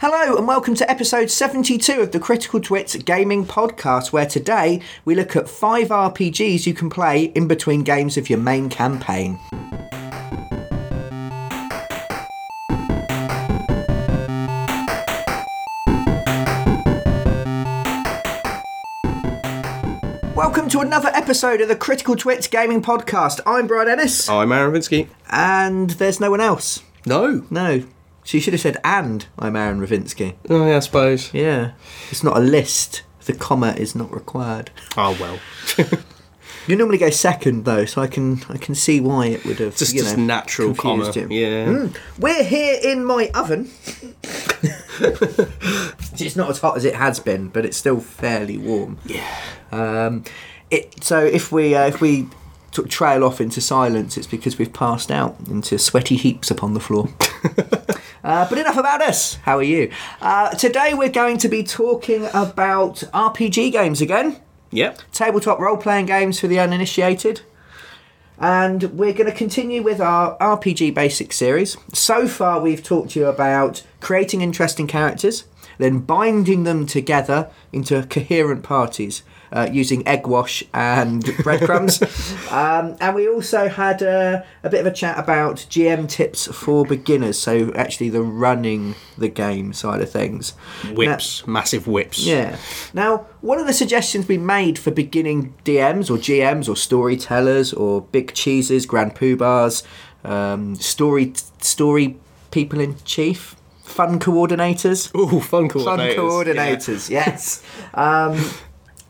Hello, and welcome to episode 72 of the Critical Twits Gaming Podcast, where today we look at five RPGs you can play in between games of your main campaign. Welcome to another episode of the Critical Twits Gaming Podcast. I'm Brian Ennis, I'm Aaron Vinsky. and there's no one else. No. No. She should have said, and I'm Aaron Ravinsky. Oh, yeah, I suppose. Yeah. It's not a list. The comma is not required. Oh, well. You normally go second though, so I can I can see why it would have Just, you just know, natural comma. confused you. Yeah. We're here in my oven. it's not as hot as it has been, but it's still fairly warm. Yeah. Um, it so if we uh, if we t- trail off into silence, it's because we've passed out into sweaty heaps upon the floor. Uh, but enough about us. How are you? Uh, today we're going to be talking about RPG games again. Yep. tabletop role playing games for the uninitiated. And we're going to continue with our RPG Basics series. So far, we've talked to you about creating interesting characters, then binding them together into coherent parties uh, using egg wash and breadcrumbs. um, and we also had uh, a bit of a chat about GM tips for beginners, so actually the running the game side of things. Whips. massive whips. Yeah. Now, one of the suggestions we made for beginning DMs or GMs or storytellers or big cheeses, grand poobahs, um, story story people in chief, fun coordinators, Ooh, fun coordinators. fun coordinators, yes. Um,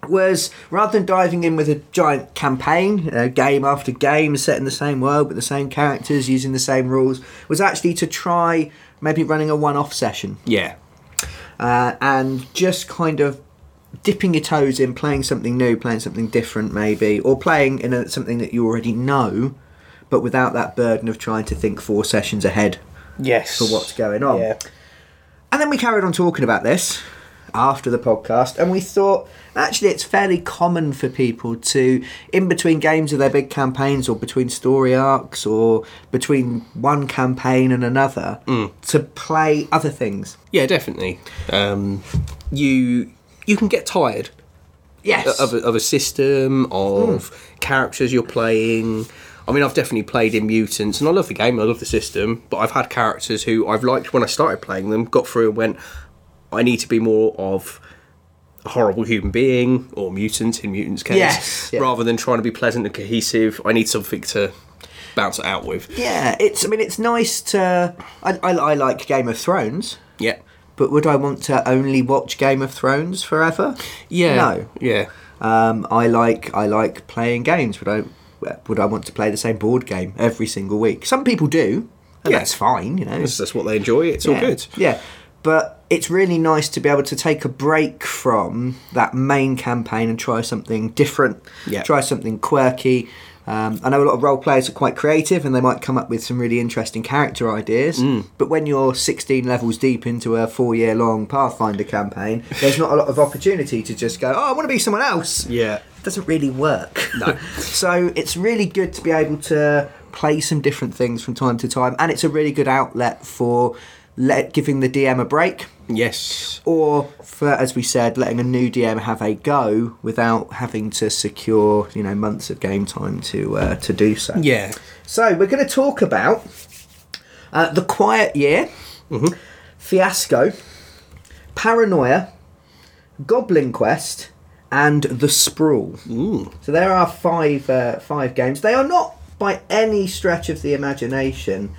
was rather than diving in with a giant campaign, uh, game after game, set in the same world with the same characters, using the same rules, was actually to try maybe running a one-off session Yeah. uh, and just kind of dipping your toes in, playing something new, playing something different, maybe, or playing in a, something that you already know, but without that burden of trying to think four sessions ahead Yes. for what's going on. And then we carried on talking about this after the podcast, and we thought actually it's fairly common for people to, in between games of their big campaigns, or between story arcs, or between one campaign and another, to play other things. Yeah, definitely. Um, you you can get tired Yes. Hmm. of a, of a system of characters you're playing. I mean, I've definitely played in Mutants, and I love the game. I love the system, but I've had characters who I've liked when I started playing them, got through and went, I need to be more of a horrible human being or mutant in Mutants' case, Yes, yeah. rather than trying to be pleasant and cohesive. I need something to bounce it out with. Yeah, it's. I mean, it's nice to. I, I, I like Game of Thrones, Yeah, but would I want to only watch Game of Thrones forever? yeah, No. yeah, Um, I like I like playing games. Would I would I want to play the same board game every single week? Some people do, and Yeah. that's fine. You know, that's, that's what they enjoy. It's all yeah. good. Yeah. But it's really nice to be able to take a break from that main campaign and try something different, Yeah. try something quirky. Um, I know a lot of role players are quite creative and they might come up with some really interesting character ideas. Mm. But when you're 16 levels deep into a four year long Pathfinder campaign, there's not a lot of opportunity to just go, oh, I want to be someone else Yeah, doesn't really work. No. so it's really good to be able to play some different things from time to time, and it's a really good outlet for let, giving the DM a break, yes, or for, as we said, letting a new DM have a go without having to secure you know months of game time to uh, to do so. yeah, So we're going to talk about uh, the Quiet Year, Mm-hmm. Fiasco, Paranoia, Goblin Quest, and The Sprawl. Ooh. So there are five uh, five games. They are not by any stretch of the imagination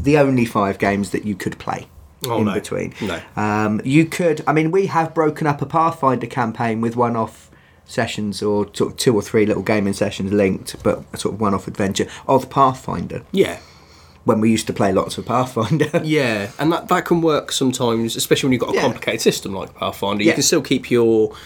the only five games that you could play. Oh, in no. between, No. Um, you could. I mean, we have broken up a Pathfinder campaign with one-off sessions or sort of two or three little gaming sessions linked, but a sort of one-off adventure of Pathfinder yeah. when we used to play lots of Pathfinder. Yeah, and that, that can work sometimes, especially when you've got a Yeah. complicated system like Pathfinder. Yeah. Mm. You can still keep your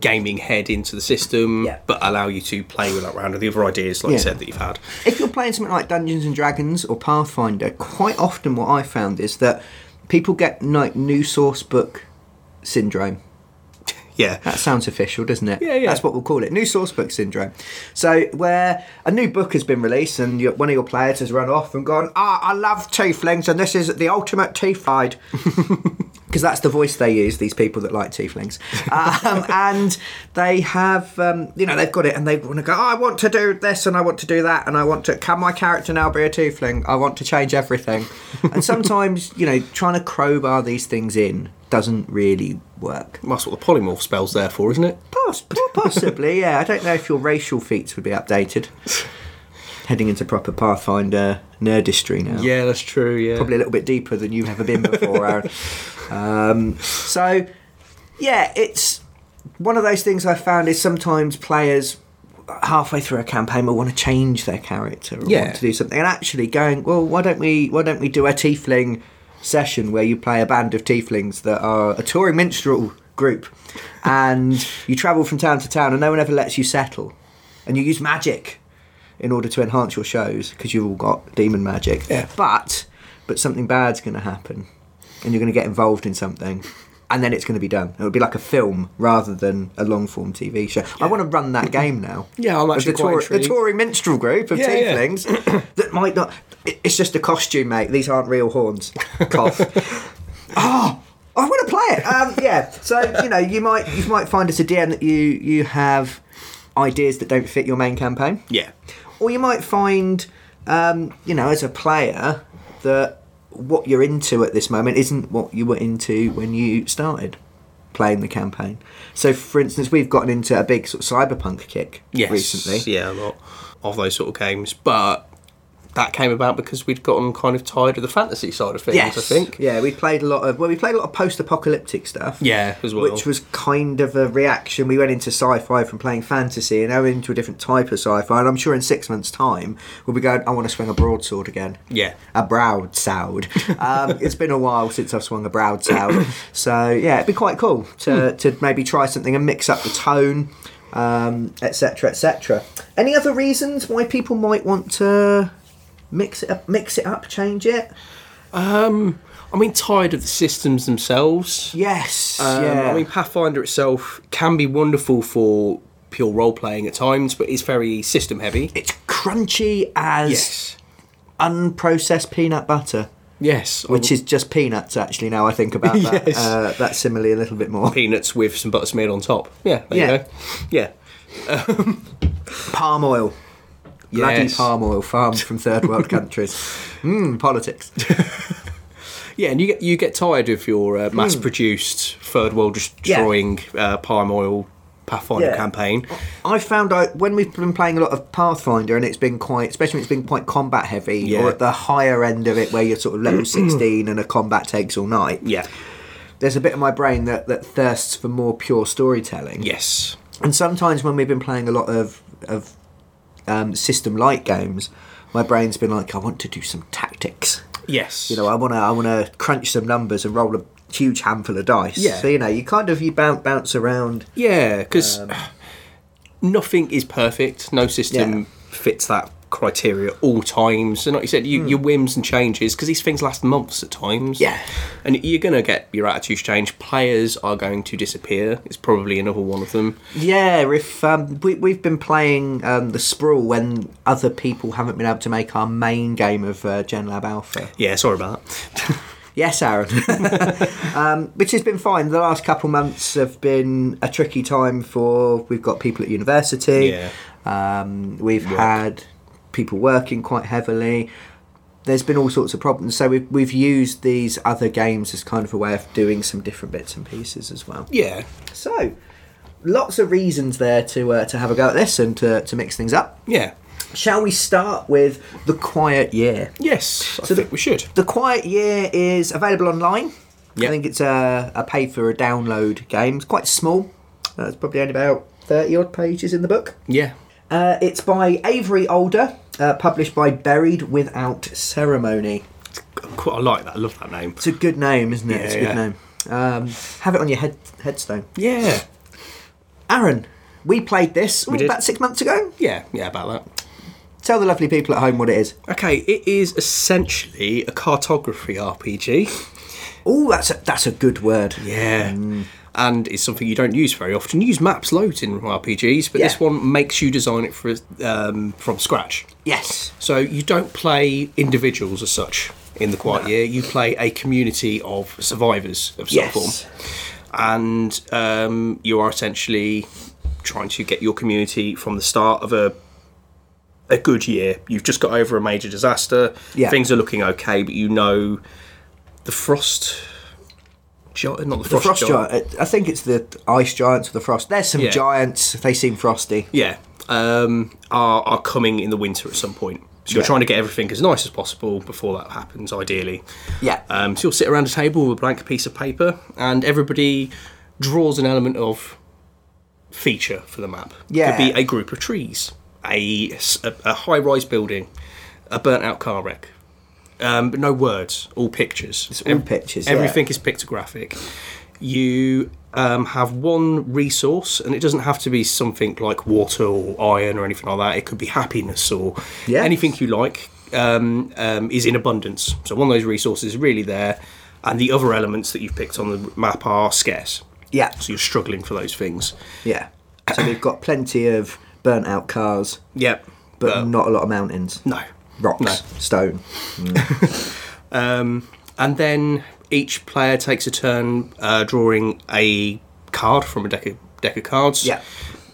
gaming head into the system, Yeah. but allow you to play with that round of the other ideas, like Yeah. you said, that you've had. if you're playing something like Dungeons and Dragons or Pathfinder, quite often what I found is that people get like new source book syndrome. Yeah. That sounds official, doesn't it? Yeah, yeah. That's what we'll call it. New source book syndrome. So where a new book has been released and your, one of your players has run off and gone, ah, I love tieflings and this is the ultimate tief ride. because that's the voice they use. These people that like tieflings, um, and they have, um, you know, they've got it, and they want to go. "Oh, I want to do this, and I want to do that, and I want to. Can my character now be a tiefling? I want to change everything. and sometimes, you know, trying to crowbar these things in doesn't really work. That's what the polymorph spell's there for, isn't it? Poss- possibly, yeah. I don't know if your racial feats would be updated. Heading into proper Pathfinder nerdistry now Yeah, that's true. Yeah. probably a little bit deeper than you've ever been before, Aaron. um, so, yeah, it's one of those things I found is sometimes players halfway through a campaign will want to change their character or Yeah. want to do something, and actually going, well, why don't we? Why don't we do a tiefling session where you play a band of tieflings that are a touring minstrel group, and you travel from town to town, and no one ever lets you settle, and you use magic in order to enhance your shows because you've all got demon magic. Yeah. But but something bad's going to happen, and you're going to get involved in something, and then it's going to be done. It would be like a film rather than a long form TV show. I want to run that game now. Yeah, I'm Of actually the, quite the intrigued. touring minstrel group of Yeah, yeah. tieflings that might not. it- It's just a costume, mate. These aren't real horns. Cough. oh. I want to play it. Um, yeah, so you know, you might you might find as a DM that you you have ideas that don't fit your main campaign yeah. or you might find, um, you know, as a player, that what you're into at this moment isn't what you were into when you started playing the campaign. So, for instance, we've gotten into a big sort of cyberpunk kick Yes. recently. Yeah, a lot of those sort of games, but that came about because we'd gotten kind of tired of the fantasy side of things. Yes, I think. Yeah, we played a lot of well, we played a lot of post-apocalyptic stuff. Yeah, as well. Which was kind of a reaction. We went into sci-fi from playing fantasy, and now we're into a different type of sci-fi. And I'm sure in six months' time, we'll be going. I want to swing a broadsword again. Yeah. a browdsword. Um, it's been a while since I've swung a browdsword, so yeah, it'd be quite cool to Hmm. to maybe try something and mix up the tone, um, etc. etc. Any other reasons why people might want to mix it up, mix it up, change it? I mean, tired of the systems themselves. Yes, Um, yeah. I mean, Pathfinder itself can be wonderful for pure role playing at times, but it's very system heavy. it's crunchy as unprocessed peanut butter, Yes. I which is just peanuts. Actually, now I think about that Oh. Yes. uh, that simile a little bit more. peanuts with some butter smeared on top. Yeah. There Yeah. You go. Yeah. palm oil. Bloody Yes. palm oil farmed from third world countries. Mmm, politics. Yeah, and you get you get tired of your Hmm. uh, mass-produced third world destroying uh, palm oil Pathfinder Yeah. campaign. I found out when we've been playing a lot of Pathfinder and it's been quite, especially when it's been quite combat heavy Yeah. or at the higher end of it where you're sort of level 16 and a combat takes all night. Yeah. There's a bit of my brain that, that thirsts for more pure storytelling. Yes. And sometimes when we've been playing a lot of of um, system light games, my brain's been like, I want to do some tactics. Yes. You know, I want to I want to crunch some numbers and roll a huge handful of dice. Yeah. So you know, you kind of you bounce bounce around. Yeah, because nothing is perfect. No system Yeah. fits that criteria at all times. And like you said, you, your whims and changes, because these things last months at times. Yeah. And you're going to get your attitudes change. Players are going to disappear. It's probably another one of them. Yeah, if um, we we've been playing um, the sprawl when other people haven't been able to make our main game of uh, Gen Lab Alpha. Yeah, sorry about that. Yes, Aaron. um, which has been fine. The last couple months have been a tricky time for. We've got people at university. Yeah. Um, we've had people working quite heavily. There's been all sorts of problems. So we've, we've used these other games as kind of a way of doing some different bits and pieces as well. yeah. So lots of reasons there to uh, to have a go at this and to, to mix things up. Yeah. Shall we start with the quiet year? Yes. I So the- think we should. The Quiet Year is available online. I Yep. think it's a, a pay for a download game. It's quite small. Uh, it's probably only about 30 odd pages in the book. Yeah. Uh, it's by Avery Older, uh, published by Buried Without Ceremony. Qu- I like that. I love that name. It's a good name, isn't it? it's a Yeah, good yeah. name. Um, have it on your head, headstone. Yeah. Aaron, we played this ooh, did. about six months ago. Yeah. Yeah, about that. Tell the lovely people at home what it is. Okay, it is essentially a cartography RPG. Oh, that's a, that's a good word. Yeah. And it's something you don't use very often. You use maps loads in RPGs, but this Yeah. one makes you design it for, um, from scratch. Yes. So you don't play individuals as such. in the Quiet Year. You play a community of survivors of some Yes. form, and um, you are essentially trying to get your community from the start of a a good year. You've just got over a major disaster. Yeah. Things are looking okay, but you know the frost. Gi- not the frost, Frost giant. giant. I think it's the ice giants or the frost. There's some Yeah. giants. They seem frosty. yeah, um, are are coming in the winter at some point. So you're Yeah. trying to get everything as nice as possible before that happens, ideally. Yeah. Um, so you'll sit around a table with a blank piece of paper, and everybody draws an element of feature for the map. Yeah. could be a group of trees, a s- a- a high-rise building, a burnt-out car wreck. Um, but no words, all pictures. It's all pictures, yeah. Everything is pictographic. You um, have one resource, and it doesn't have to be something like water or iron or anything like that. It could be happiness or Yeah. anything you like um, um, is in abundance. So one of those resources is really there, and the other elements that you've picked on the map are scarce. Yeah. So you're struggling for those things. Yeah. So we've got plenty of burnt out cars, Yep. but not a lot of mountains. No. Rocks, No. stone. Um, and then each player takes a turn uh, drawing a card from a deck of, deck of cards Yeah.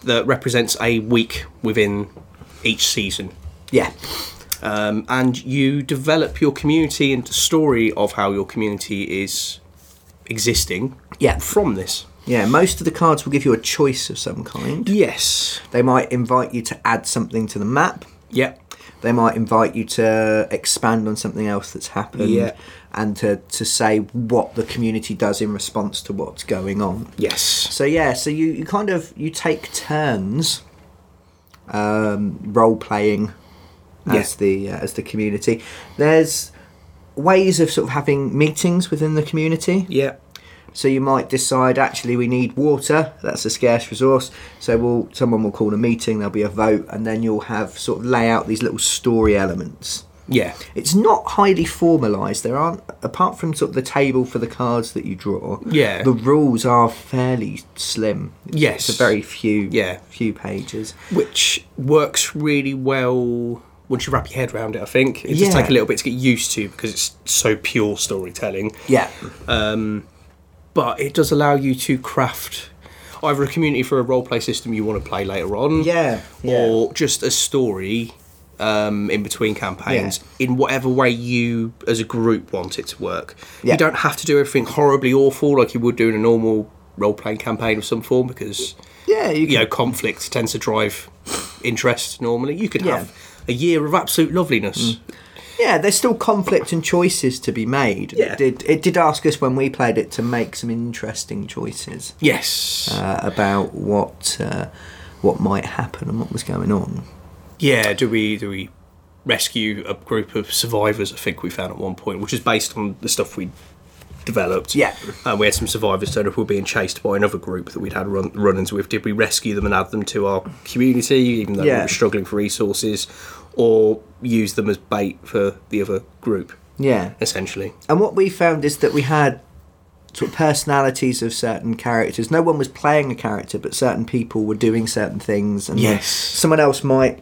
that represents a week within each season. Yeah. Um, and you develop your community and the story of how your community is existing Yeah. from this. Yeah. Most of the cards will give you a choice of some kind. Yes. They might invite you to add something to the map. Yep. They might invite you to expand on something else that's happened Yeah. and to, to say what the community does in response to what's going on. Yes. So yeah, so you, you kind of you take turns um, role playing as Yeah. the uh, as the community. There's ways of sort of having meetings within the community. Yeah. So you might decide actually we need water. That's a scarce resource. So we'll someone will call a meeting. There'll be a vote, and then you'll have sort of lay out these little story elements. Yeah. It's not highly formalised. There aren't, apart from sort of the table for the cards that you draw. Yeah. the rules are fairly slim. It's- Yes. it's a very few. Yeah. few pages. Which works really well once you wrap your head around it, I think. It does Yeah. take a little bit to get used to because it's so pure storytelling. Yeah, But it does allow you to craft either a community for a roleplay system you want to play later on. Yeah, yeah. Or just a story um, in between campaigns in whatever way you as a group want it to work. Yeah. You don't have to do everything horribly awful like you would do in a normal role playing campaign of some form because yeah. You can, you know, conflict tends to drive interest normally. You could Yeah. Mm. have a year of absolute loveliness. yeah. There's still conflict and choices to be made. and Yeah. It did it did ask us when we played it to make some interesting choices Yes. uh, about what uh, what might happen and what was going on. yeah, do we do we rescue a group of survivors I think we found at one point, which is based on the stuff we developed. Yeah. And we had some survivors turn up who were being chased by another group that we'd had run run ins with. Did we rescue them and add them to our community, even though we Yeah. were struggling for resources, or use them as bait for the other group, Yeah, essentially? and what we found is that we had sort of personalities of certain characters. No one was playing a character, but certain people were doing certain things, and then Yes. someone else might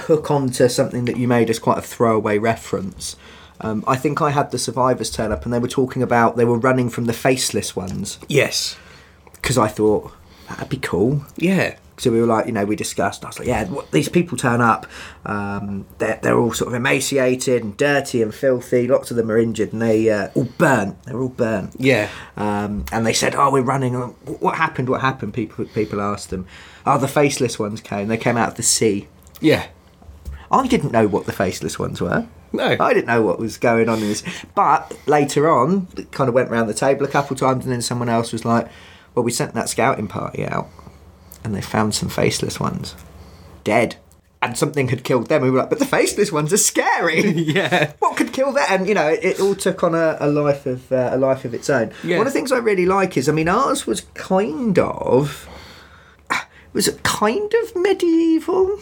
hook onto something that you made as quite a throwaway reference. Um, I think I had the survivors turn up, and they were talking about they were running from the faceless ones Yes. because I thought that'd be cool. Yeah. So we were like, you know, we discussed. I was like, yeah, what, these people turn up. Um, they're, they're all sort of emaciated and dirty and filthy. Lots of them are injured and they uh, all burnt. They're all burnt. Yeah. Um, and they said, oh, we're running. And wh- What happened? What happened? People people asked them. Oh, the faceless ones came. They came out of the sea. Yeah. I didn't know what the faceless ones were. No. I didn't know what was going on in this. But later on, it kind of went round the table a couple times, and then someone else was like, Well, we sent that scouting party out, and they found some faceless ones dead. And something had killed them. We were like, But the faceless ones are scary. Yeah. What could kill that? And you know, it, it all took on a, a life of uh, a life of its own. Yeah. One of the things I really like is, I mean, ours was kind of was it kind of medieval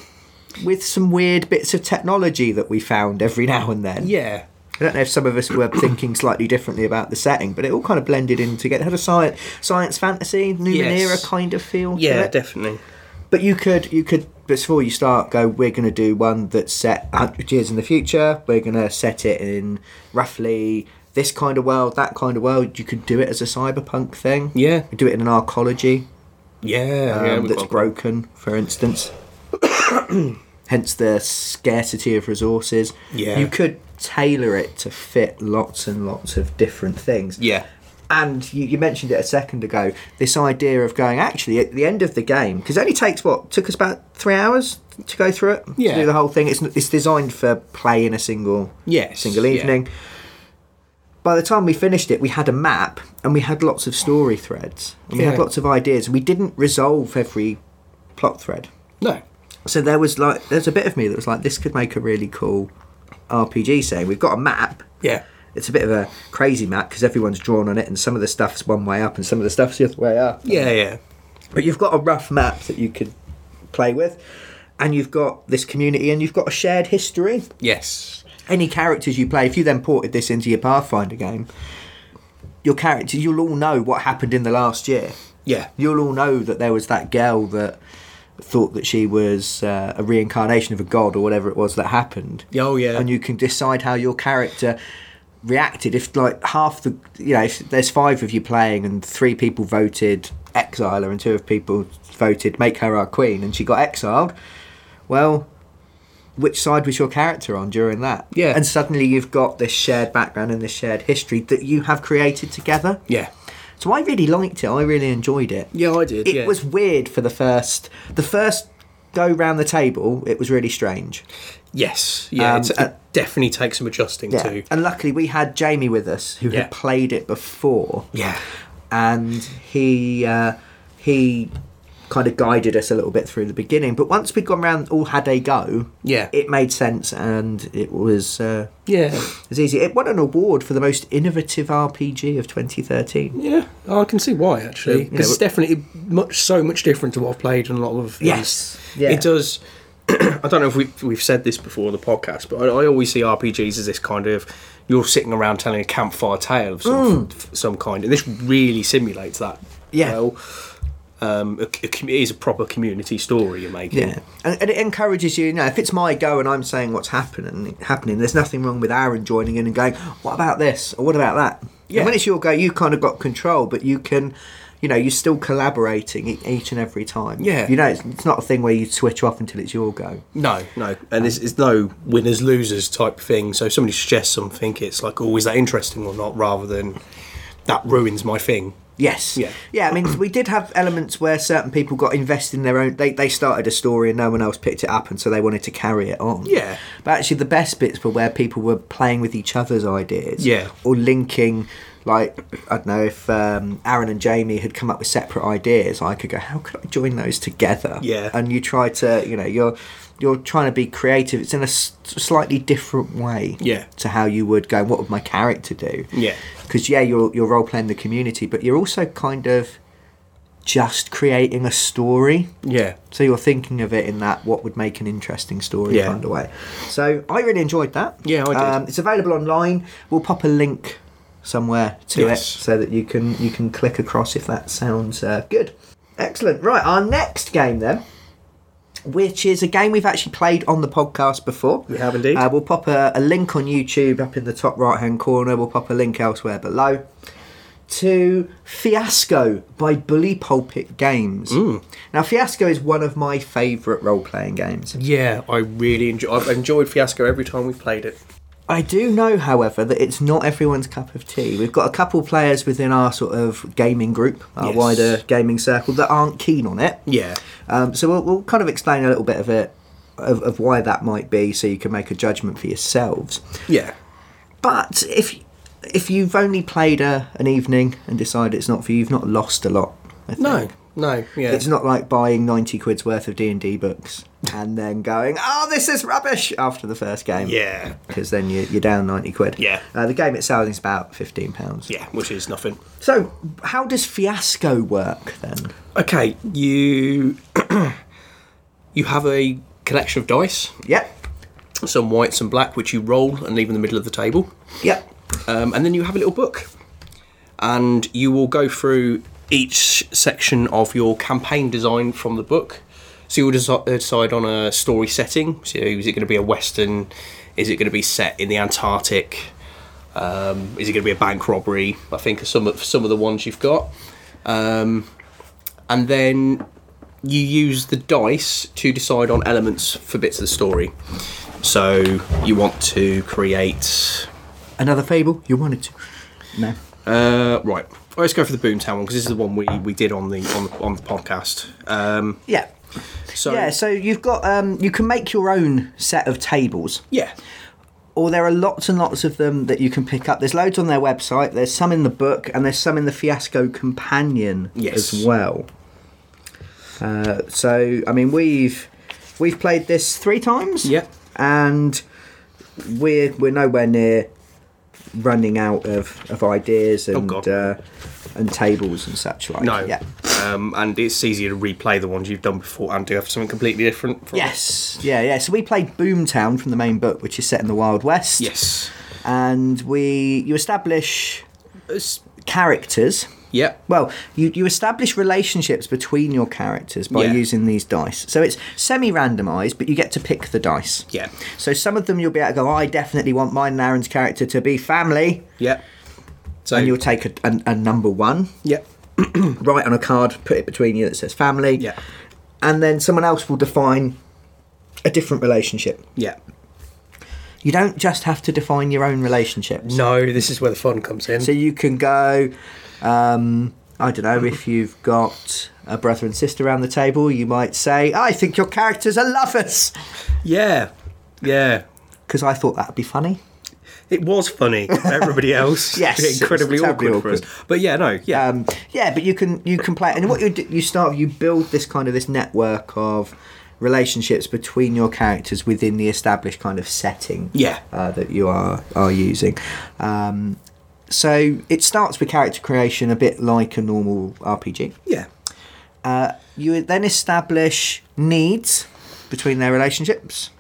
with some weird bits of technology that we found every now and then. Yeah. I don't know if some of us were thinking slightly differently about the setting, but it all kind of blended in together. It had a science, science fantasy, Numenera Yes. kind of feel. to Yeah, it. definitely. But you could you could before you start go. We're going to do one that's set hundred years in the future. We're going to set it in roughly this kind of world, that kind of world. You could do it as a cyberpunk thing. Yeah. do it in an arcology Yeah, yeah, um, we've that's got- broken, for instance. Hence the scarcity of resources. Yeah. You could tailor it to fit lots and lots of different things. Yeah, And you, you mentioned it a second ago this idea of going, actually, at the end of the game, because it only takes what? Took us about three hours to go through it? Yeah. To do the whole thing. It's, it's designed for play in a single, Yes, single yeah. evening. By the time we finished it, we had a map and we had lots of story threads. And We had Yeah. lots of ideas. We didn't resolve every plot thread. no, So there was like, there's a bit of me that was like, this could make a really cool RPG saying, we've got a map. yeah, It's a bit of a crazy map because everyone's drawn on it, and some of the stuff's one way up, and some of the stuff's the other way up. yeah, yeah, But you've got a rough map that you could play with, and you've got this community, and you've got a shared history. yes, Any characters you play, if you then ported this into your Pathfinder game, your character, you'll all know what happened in the last year. yeah, You'll all know that there was that girl that thought that she was uh, a reincarnation of a god or whatever it was that happened oh yeah, and you can decide how your character reacted if like half the you know if there's five of you playing and three people voted exile her and two of people voted make her our queen and she got exiled well which side was your character on during that Yeah. and suddenly you've got this shared background and this shared history that you have created together yeah, so i really liked it i really enjoyed it yeah, I did. it yeah. was weird for the first the first go round the table it was really strange yes, yeah. Um, it's, it uh, definitely takes some adjusting Yeah. to. And luckily, we had Jamie with us who Yeah. had played it before. Yeah, And he uh, he kind of guided us a little bit through the beginning. But once we'd gone round, all had a go. Yeah. It made sense and it was. Uh, yeah, it was easy. It won an award for the most innovative RPG of 2013. yeah. I can see why actually, because Yeah, it's definitely much so much different to what I've played and a lot of. things. Yes, yeah. it does. I don't know if we've, we've said this before on the podcast, but I, I always see RPGs as this kind of you're sitting around telling a campfire tale of some, f- some kind, and this really simulates that. Yeah. well. Um, a, a, commu- it is a proper community story you're making. Yeah, and, and it encourages you. You know, if it's my go and I'm saying what's happening, happening, there's nothing wrong with Aaron joining in and going, "What about this? Or what about that?" Yeah. Yeah. And when it's your go, you kind of got control, but you can, you know, you're still collaborating e- each and every time. Yeah. you know, it's, it's not a thing where you switch off until it's your go. No, no, and it's, it's no winners losers type thing. So if somebody suggests something, it's like, oh, is that interesting or not, rather than that ruins my thing. Yes. Yeah. Yeah. I mean, we did have elements where certain people got invested in their own. They, they started a story and no one else picked it up, and so they wanted to carry it on. Yeah. But actually, the best bits were where people were playing with each other's ideas. Yeah. Or linking, like I don't know if um, Aaron and Jamie had come up with separate ideas, I could go, how could I join those together? Yeah. And you try to, you know, you're you're trying to be creative. It's in a s- slightly different way. Yeah. To how you would go. What would my character do? Yeah. because yeah, you're you're role playing the community, but you're also kind of just creating a story. Yeah, So you're thinking of it in that what would make an interesting story Yeah. kind of way. So I really enjoyed that. Um, Yeah, I did. it's available online. We'll pop a link somewhere to Yes. it so that you can you can click across if that sounds uh, good. Excellent. Right, our next game then. Which is a game we've actually played on the podcast before. We have indeed. Uh, we'll pop a, a link on YouTube up in the top right hand corner. We'll pop a link elsewhere below to Fiasco by Bully Pulpit Games. Mm. Now, Fiasco is one of my favourite role playing games. yeah. I really enjoy. I've enjoyed Fiasco every time we've played it. I do know, however, that it's not everyone's cup of tea. We've got a couple players within our sort of gaming group, our Yes. wider gaming circle, that aren't keen on it. Yeah, Um, so we'll, we'll kind of explain a little bit of it. Of, of why that might be, so you can make a judgment for yourselves. yeah, But if if you've only played a, an evening and decided it's not for you, you've not lost a lot. I think. no, no, yeah. It's not like buying ninety quid's worth of D and D books and then going, "Oh, this is rubbish!" after the first game. Yeah. because then you, you're down ninety quid. Yeah. uh, the game itself is about fifteen pounds. yeah, which is nothing. So, how does Fiasco work then? Okay, you you have a collection of dice, Yep, some white, some black, which you roll and leave in the middle of the table. yep, um, and then you have a little book, and you will go through each section of your campaign design from the book. So you'll desi- uh, decide on a story setting. So is it going to be a western? Is it going to be set in the Antarctic? Um, is it going to be a bank robbery? I think are some of some of the ones you've got, um, and then you use the dice to decide on elements for bits of the story. So you want to create Another fable? You wanted to? No. uh, right. Let's go for the Boomtown one because this is the one we, we did on the on the, on the podcast. Um, Yeah. so yeah, so you've got um, you can make your own set of tables, yeah, or there are lots and lots of them that you can pick up. There's loads on their website. There's some in the book, and there's some in the Fiasco Companion Yes. as well. Uh, so I mean, we've we've played this three times. Yeah. and we're we're nowhere near running out of, of ideas and Oh, God. uh, and tables and such like. no, Yeah. um, and it's easier to replay the ones you've done before and do have something completely different. From Yes, yeah, yeah. So we played Boomtown from the main book, which is set in the Wild West. yes, and we you establish It's- characters. yeah, Well, you, you establish relationships between your characters by Yeah. using these dice. So it's semi randomized, but you get to pick the dice. yeah, So some of them you'll be able to go, I definitely want mine and Aaron's character to be family. yeah. So And you'll take a, a, a number one, yeah, write on a card, put it between you that says family. yeah, And then someone else will define a different relationship. yeah. You don't just have to define your own relationships. No, this is where the fun comes in. So you can go. Um, I don't know if you've got a brother and sister around the table. You might say, "I think your characters are lovers," yeah, yeah. because I thought that'd be funny. It was funny. Everybody else, Yes, it was incredibly terribly awkward, for us. But yeah, no, yeah, Um, yeah, but you can you can play, and what you do, you start you build this kind of this network of relationships between your characters within the established kind of setting. yeah, uh, that you are are using. Um, so it starts with character creation, a bit like a normal RPG. yeah, You then establish needs between their relationships.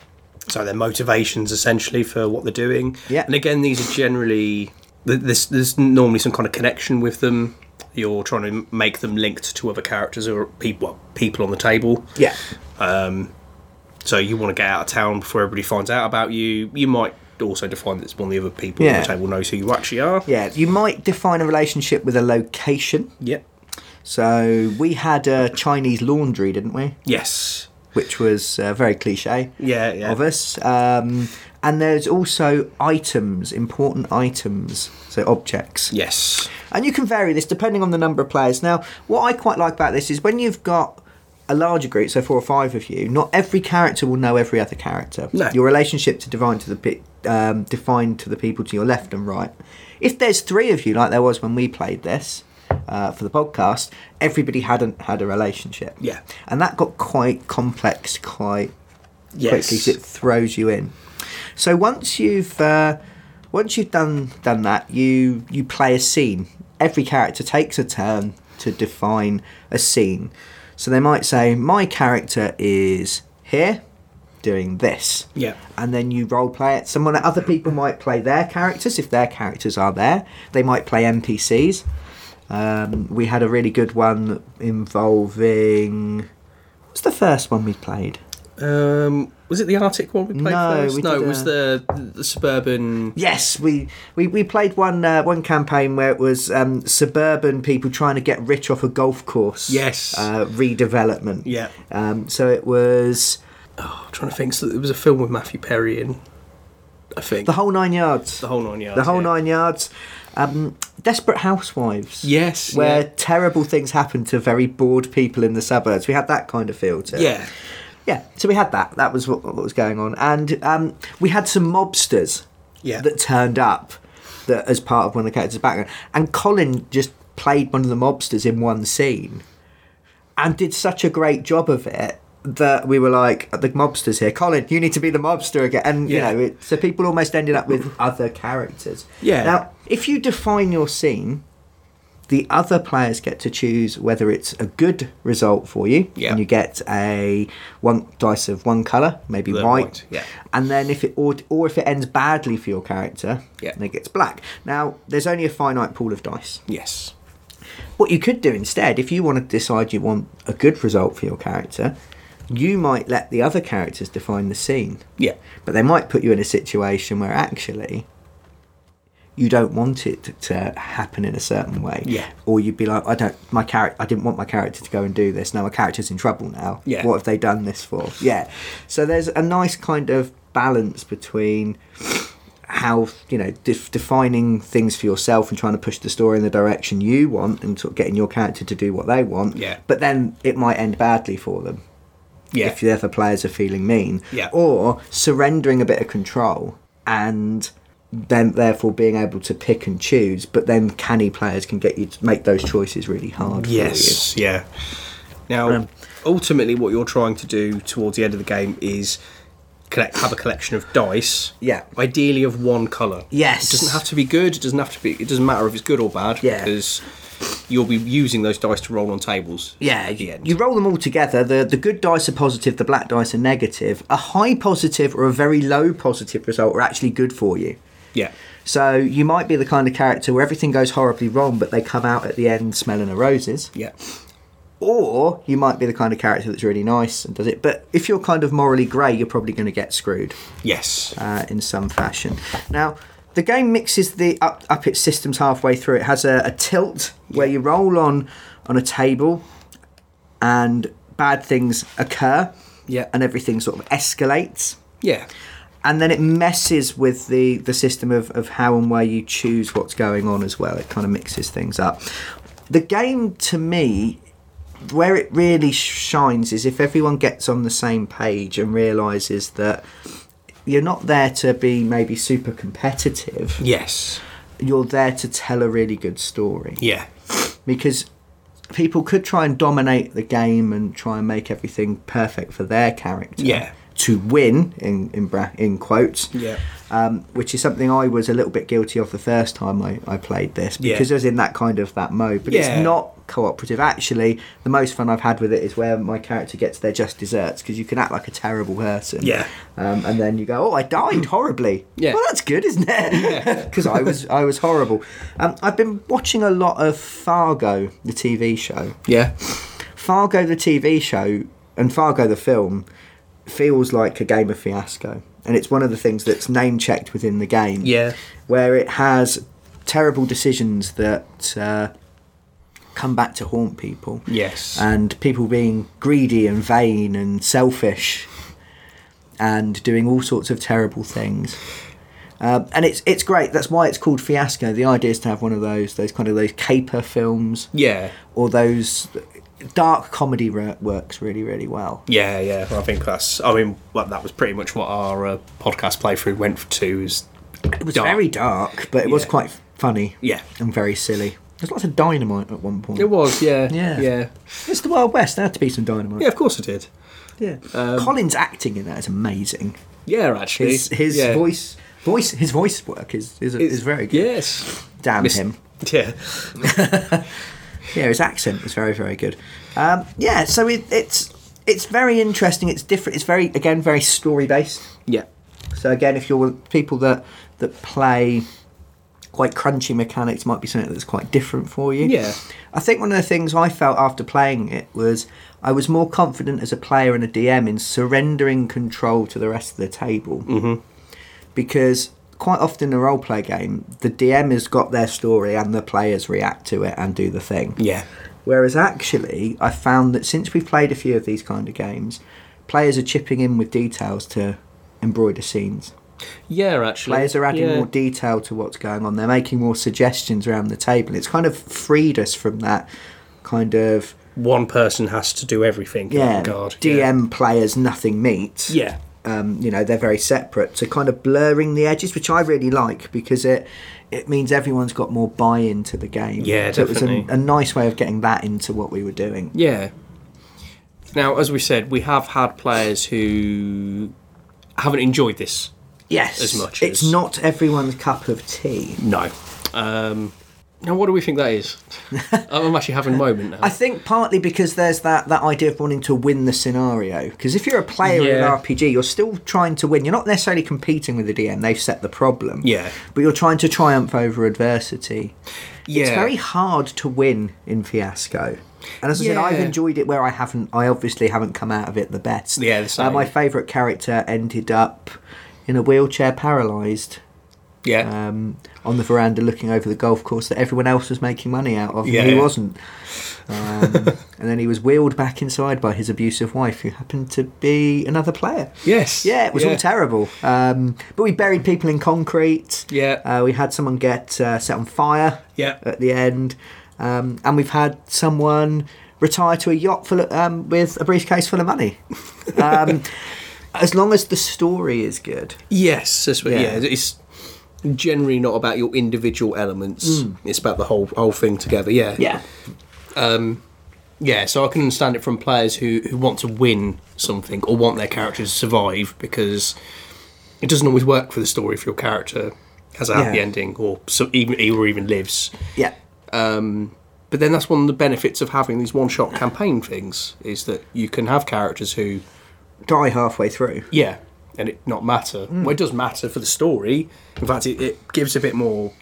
so their motivations essentially for what they're doing. Yeah. And again, these are generally th- there's there's normally some kind of connection with them. You're trying to make them linked to other characters or people people on the table. Yeah. So you want to get out of town before everybody finds out about you. You might also define that one of the other people on Yeah. the table knows who you actually are. Yeah. You might define a relationship with a location. Yep. So we had a Chinese laundry, didn't we? Yes. Which was uh, very cliche Yeah. Yeah. of us. Um, and there's also items, important items, so objects. Yes. And you can vary this depending on the number of players. Now, what I quite like about this is when you've got a larger group, so four or five of you, not every character will know every other character. No. Your relationship to divine to the pe- um, defined to the people to your left and right. If there's three of you, like there was when we played this uh, for the podcast, everybody hadn't had a relationship. Yeah. and that got quite complex, quite Yes. quickly 'cause it throws you in. So once you've uh, once you've done done that, you you play a scene. Every character takes a turn to define a scene. So they might say, "My character is here, doing this." Yeah. And then you role play it. Someone, other people might play their characters if their characters are there. They might play NPCs. Um, we had a really good one involving. What's the first one we played? Um, was it the Arctic one we played No, first? we no, did, it was uh, the the suburban. Yes, we, we, we played one uh, one campaign where it was um, suburban people trying to get rich off a golf course. Yes. uh, redevelopment. Yeah. Um, so it was I'm trying to think. So it was a film with Matthew Perry in. I think the whole nine yards. The whole nine yards. The whole yeah. nine yards. Um, Desperate Housewives. Yes. Where terrible things happen to very bored people in the suburbs. We had that kind of feel to it. Yeah. Yeah, so we had that. That was what, what was going on, and um, we had some mobsters Yeah. that turned up that as part of one of the characters' background. And Colin just played one of the mobsters in one scene, and did such a great job of it that we were like, "The mobsters here, Colin. You need to be the mobster again." And Yeah. you know, it, so people almost ended up with other characters. Yeah. Now, if you define your scene. The other players get to choose whether it's a good result for you, Yeah. and you get a one dice of one color, maybe The white, white, yeah. and then if it or, or if it ends badly for your character, Yeah. then it gets black. Now there's only a finite pool of dice. Yes. What you could do instead, if you want to decide you want a good result for your character, you might let the other characters define the scene, Yeah. but they might put you in a situation where actually you don't want it to happen in a certain way. Yeah. Or you'd be like, I don't, my character, I didn't want my character to go and do this. Now my character's in trouble now. Yeah. What have they done this for? Yeah. So there's a nice kind of balance between how you know def- defining things for yourself and trying to push the story in the direction you want and sort of getting your character to do what they want Yeah. but then it might end badly for them Yeah. if the other players are feeling mean, Yeah. or surrendering a bit of control and then therefore being able to pick and choose. But then canny players can get you to make those choices really hard. Yes, yeah. Now, Um, ultimately, what you're trying to do towards the end of the game is collect, have a collection of dice. Yeah. Ideally, of one color. Yes. It doesn't have to be good. It doesn't have to be. It doesn't matter if it's good or bad. Yeah. Because you'll be using those dice to roll on tables. Yeah, At the you, end. you roll them all together. The the good dice are positive, the black dice are negative. A high positive or a very low positive result are actually good for you. yeah. So you might be the kind of character where everything goes horribly wrong, but they come out at the end smelling of roses. Yeah. or you might be the kind of character that's really nice and does it. But if you're kind of morally grey, you're probably going to get screwed Yes. uh, in some fashion. Now, the game mixes the up, up its systems halfway through. It has a, a tilt where you roll on on a table, and bad things occur. Yeah. and everything sort of escalates. Yeah. And then it messes with the, the system of, of how and where you choose what's going on as well. It kind of mixes things up. The game, to me, where it really shines is if everyone gets on the same page and realizes that you're not there to be maybe super competitive, Yes. you're there to tell a really good story Yeah. because people could try and dominate the game and try and make everything perfect for their character Yeah. to win in in, bra- in quotes Yeah. um, which is something I was a little bit guilty of the first time I, I played this Yeah. because I was in that kind of that mode but Yeah. it's not cooperative actually the most fun I've had with it is where my character gets their just desserts because you can act like a terrible person Yeah. um, and then you go, "Oh, I died horribly." Yeah. Well, that's good, isn't it? Because I was I was horrible. Um, I've been watching a lot of Fargo, the TV show. Yeah. Fargo, the TV show, and Fargo, the film, feels like a game of fiasco, and it's one of the things that's name checked within the game. Yeah. Where it has terrible decisions that uh, come back to haunt people Yes. and people being greedy and vain and selfish and doing all sorts of terrible things. Um, and it's it's great. That's why it's called Fiasco. The idea is to have one of those those kind of those caper films yeah. or those dark comedy re- works really really well. Yeah, yeah. I think that's. I mean, well, that was pretty much what our uh, podcast playthrough went to. Is It was dark. very dark, but it was Yeah. quite funny. Yeah. and very silly. There's lots of dynamite at one point. It was, yeah, Yeah. yeah, It's the Wild West. There had to be some dynamite. yeah. Um, Of course, it did. yeah. Colin's acting in that is amazing. Yeah, actually, His his yeah. voice voice his voice work is is, is very good. Yes, Damn Miss- him. Yeah, Yeah, his accent is very very good. Um, yeah, so it, it's it's very interesting. It's different. It's very again very story based. yeah, So again, if you're with people that that play quite crunchy mechanics, might be something that's quite different for you. Yeah. I think one of the things I felt after playing it was I was more confident as a player and a DM in surrendering control to the rest of the table. Mm-hmm. Because quite often in a role play game, the DM has got their story and the players react to it and do the thing. yeah, Whereas actually, I found that since we've played a few of these kind of games, players are chipping in with details to embroider scenes. yeah. Actually, Players are adding yeah. more detail to what's going on. They're making more suggestions around the table. It's kind of freed us from that kind of One person has to do everything. in yeah that regard. DM players nothing meets. Oh, Yeah. Um, you know they're very separate. So kind of blurring the edges, which I really like because it it means everyone's got more buy into the game. Yeah, so it was definitely. a, a nice way of getting that into what we were doing. yeah, yeah. Now, as we said, we have had players who haven't enjoyed this. Yes. as much It's as- not everyone's cup of tea. No. Um, now, what do we think that is? I'm actually having a moment now. I think partly because there's that, that idea of wanting to win the scenario. Because if you're a player in Yeah. an RPG, you're still trying to win. You're not necessarily competing with the DM, they've set the problem. Yeah. But you're trying to triumph over adversity. It's Yeah. very hard to win in Fiasco. And as I said, I've Yeah. enjoyed it where I haven't. I obviously haven't come out of it the best. Yeah, the Uh, same. my favourite character ended up in a wheelchair, paralysed, Yeah. um, on the veranda, looking over the golf course that everyone else was making money out of. and he Yeah. wasn't. Um, and then he was wheeled back inside by his abusive wife, who happened to be another player. yes. Yeah, it was all terrible. Um, but we buried people in concrete. Yeah. Uh, we had someone get uh, set on fire Yeah. at the end. Um, and we've had someone retire to a yacht full of, um, with a briefcase full of money. Um, as long as the story is good. Yes, that's what, Yeah. yeah. It's generally not about your individual elements. It's about the whole whole thing together. Yeah, yeah. So I can understand it from players who who want to win something or want their characters to survive because it doesn't always work for the story if your character has a happy Yeah. ending or so even or even lives. Yeah. But then that's one of the benefits of having these one shot campaign things is that you can have characters who Die halfway through. Yeah, and it not matter. Well, it does matter for the story. In fact, it, it gives a bit more.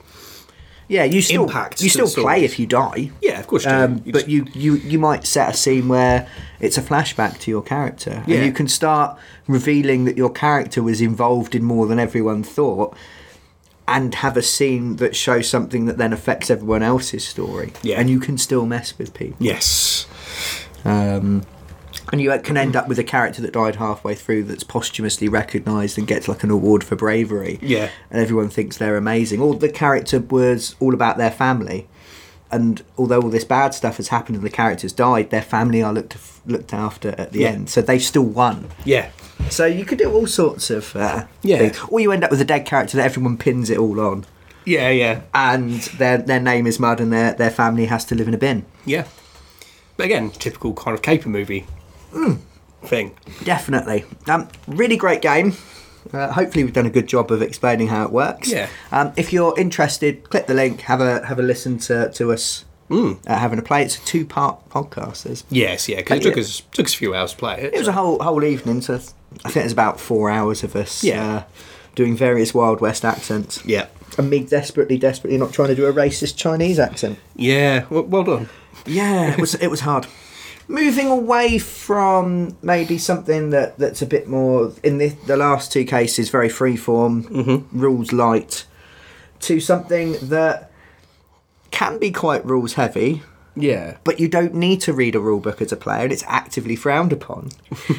Yeah, you still Impact you to the still play story. if you die. Yeah, of course. Um, you but you, you you might set a scene where it's a flashback to your character, Yeah. and you can start revealing that your character was involved in more than everyone thought, and have a scene that shows something that then affects everyone else's story. Yeah. and you can still mess with people, yes, um, and you can end up with a character that died halfway through that's posthumously recognised and gets like an award for bravery yeah, and everyone thinks they're amazing. Or the character was all about their family, and although all this bad stuff has happened and the characters died, their family are looked looked after at the Yeah. end, so they've still won. yeah, So you could do all sorts of uh, Yeah. things. or you end up with a dead character that everyone pins it all on, yeah, yeah, and their their name is mud, and their their family has to live in a bin. yeah. But again, typical kind of caper movie Hmm. thing. Definitely. Um, really great game. Uh, hopefully, we've done a good job of explaining how it works. Yeah. Um, if you're interested, click the link. Have a have a listen to to us Mm. uh, having a play. It's a two part podcast. There's, Yes, yeah, because it took Yeah. us took us a few hours to play it. it was a whole whole evening, so th- I think there's about four hours of us. Yeah. Uh, doing various Wild West accents. yeah, And me desperately, desperately not trying to do a racist Chinese accent. yeah. Well, well done. Yeah, it was it was hard. Moving away from maybe something that, that's a bit more in the, the last two cases very freeform, rules light, to something that can be quite rules heavy, Yeah, but you don't need to read a rule book as a player, and it's actively frowned upon.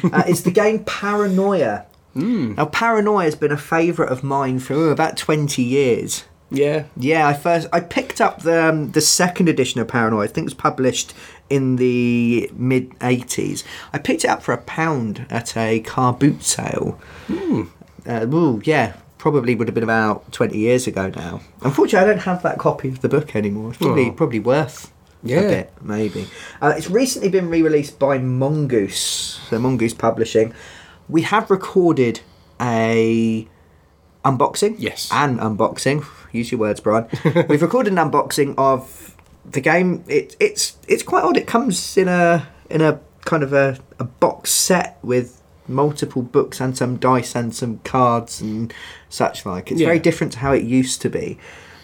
uh, it's the game Paranoia. Now, Paranoia has been a favourite of mine for oh, about twenty years. yeah, Yeah, I first I picked up the um, the second edition of Paranoid. I think it was published in the mid '80s. I picked it up for a pound at a car boot sale. Hmm. Uh, ooh, yeah, probably would have been about 20 years ago now. Unfortunately, I don't have that copy of the book anymore. It's probably Oh. probably worth Yeah. a bit, maybe. Uh, it's recently been re-released by Mongoose, so Mongoose Publishing. We have recorded a unboxing. Yes. An unboxing. Use your words, Brian. We've recorded an unboxing of the game. It, it's it's quite odd. It comes in a in a kind of a, a box set with multiple books and some dice and some cards and such like. It's Yeah. very different to how it used to be.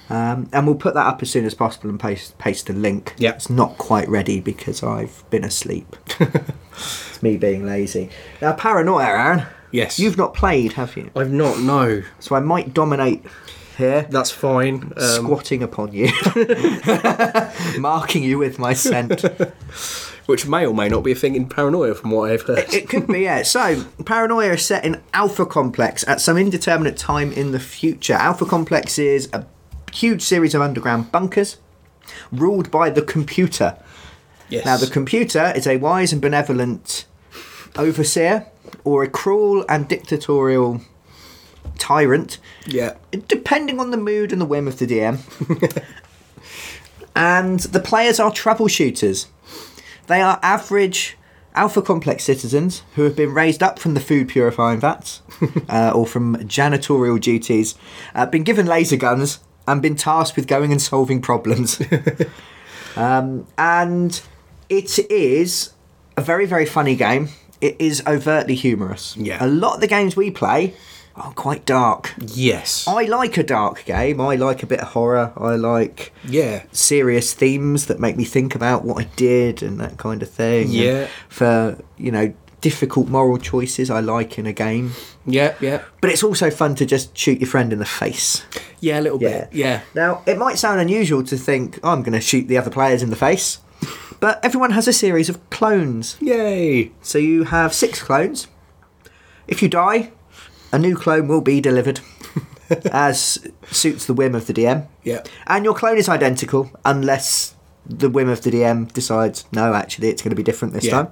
Um, and we'll put that up as soon as possible and paste paste a link. Yeah. It's not quite ready because I've been asleep. it's me being lazy. Now, Paranoia, Aaron. yes. You've not played, have you? I've not no. So I might dominate here, That's fine. Um, squatting upon you, marking you with my scent. which may or may not be a thing in paranoia, from what I've heard. It could be, yeah. So, Paranoia is set in Alpha Complex at some indeterminate time in the future. Alpha Complex is a huge series of underground bunkers ruled by the computer. yes. Now, the computer is a wise and benevolent overseer or a cruel and dictatorial tyrant yeah. depending on the mood and the whim of the DM. and the players are troubleshooters. They are average alpha complex citizens who have been raised up from the food purifying vats uh, or from janitorial duties, uh, been given laser guns, and been tasked with going and solving problems. um, and it is a very, very funny game. It is overtly humorous. Yeah. A lot of the games we play are quite dark. Yes. I like a dark game. I like a bit of horror. I like yeah. serious themes that make me think about what I did and that kind of thing. And Yeah. for, you know, difficult moral choices I like in a game. Yeah. Yeah. But it's also fun to just shoot your friend in the face. Yeah. A little bit. Yeah. Now, it might sound unusual to think, "Oh, I'm going to shoot the other players in the face, but everyone has a series of clones. Yay. So you have six clones. If you die, a new clone will be delivered, as suits the whim of the DM. Yeah. And your clone is identical, unless the whim of the DM decides, no, actually, it's going to be different this Yeah. time.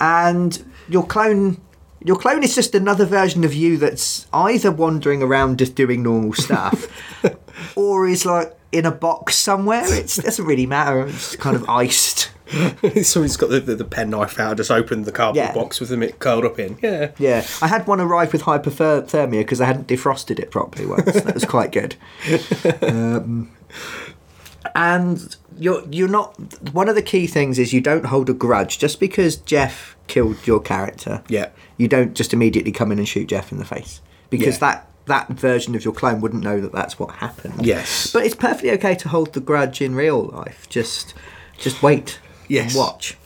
And your clone. Your clone is just another version of you that's either wandering around just doing normal stuff, or is like in a box somewhere. It doesn't really matter. It's kind of iced. Someone's got the, the, the pen knife out, just opened the cardboard Yeah. box with them it curled up in. Yeah. Yeah, I had one arrive with hypothermia because I hadn't defrosted it properly once. that was quite good. Um, and you're you're not. One of the key things is you don't hold a grudge. Just because Jeff killed your character, Yeah. you don't just immediately come in and shoot Jeff in the face because Yeah. that that version of your clone wouldn't know that that's what happened. Yes. but it's perfectly okay to hold the grudge in real life. Just just wait. Yes. And watch.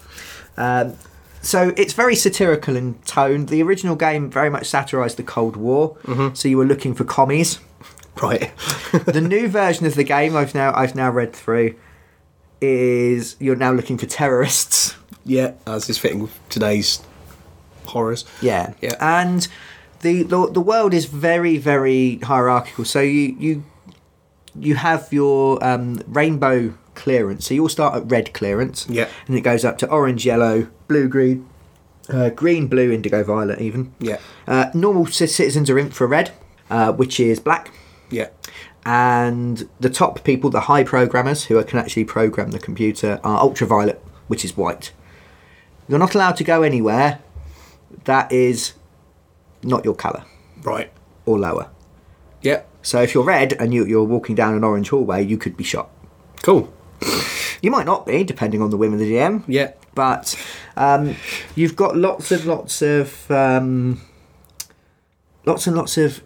Um, so it's very satirical in tone. The original game very much satirised the Cold War, so you were looking for commies. Right. the new version of the game I've now I've now read through is you're now looking for terrorists. yeah. As is fitting with today's horrors. Yeah. Yeah. And the, the the world is very very hierarchical. So you you you have your um, rainbow clearance. So you'll start at red clearance. Yeah. And it goes up to orange, yellow, blue, green, uh, green, blue, indigo, violet, even. Yeah. Uh, normal ci- citizens are infrared, uh, which is black. Yeah. And the top people, the high programmers who can actually program the computer, are ultraviolet, which is white. You're not allowed to go anywhere that is not your colour Right. or lower. Yeah. So if you're red and you, you're walking down an orange hallway, you could be shot. Cool. You might not be, depending on the whim of the DM. Yeah. But um, you've got lots and lots of um, lots and lots of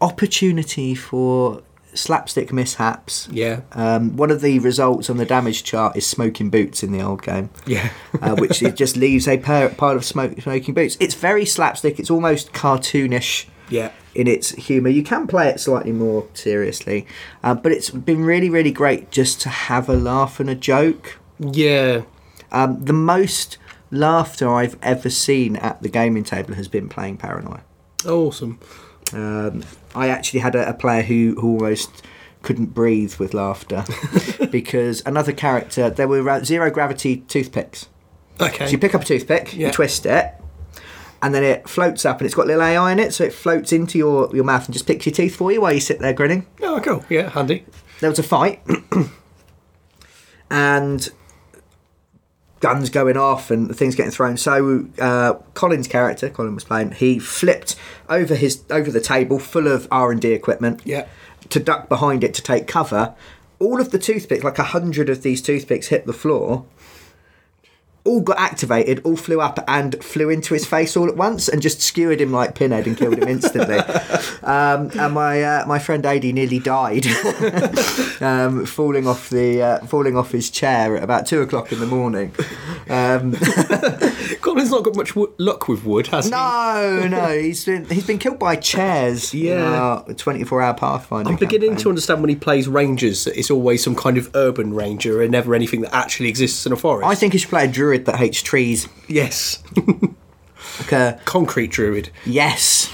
opportunity for slapstick mishaps. Yeah. Um, one of the results on the damage chart is smoking boots in the old game, Yeah. uh, which it just leaves a pa- pile of smoke, smoking boots. It's very slapstick. It's almost cartoonish yeah. in its humour. You can play it slightly more seriously, uh, but it's been really, really great just to have a laugh and a joke. Yeah. Um, the most laughter I've ever seen at the gaming table has been playing Paranoia. Awesome. Um, I actually had a, a player who, who almost couldn't breathe with laughter because another character, there were ra- zero gravity toothpicks. Okay. So you pick up a toothpick, Yeah. you twist it, and then it floats up and it's got little AI in it, so it floats into your, your mouth and just picks your teeth for you while you sit there grinning oh, cool. Yeah. Handy. there was a fight and guns going off and things getting thrown so uh, colin's character colin was playing he flipped over his over the table full of r&d equipment Yeah. to duck behind it to take cover all of the toothpicks like a hundred of these toothpicks hit the floor all got activated, all flew up and flew into his face all at once, and just skewered him like Pinhead and killed him instantly. um, and my uh, my friend Adi nearly died, um, falling off the uh, falling off his chair at about two o'clock in the morning. Um, Colin's not got much wo- luck with wood, has he? no, no, he's been he's been killed by chairs. in Yeah. our twenty-four hour pathfinder. I'm beginning campaign. to understand when he plays rangers that it's always some kind of urban ranger and never anything that actually exists in a forest. I think he should play a druid that hates trees. yes, Like a, concrete druid. yes,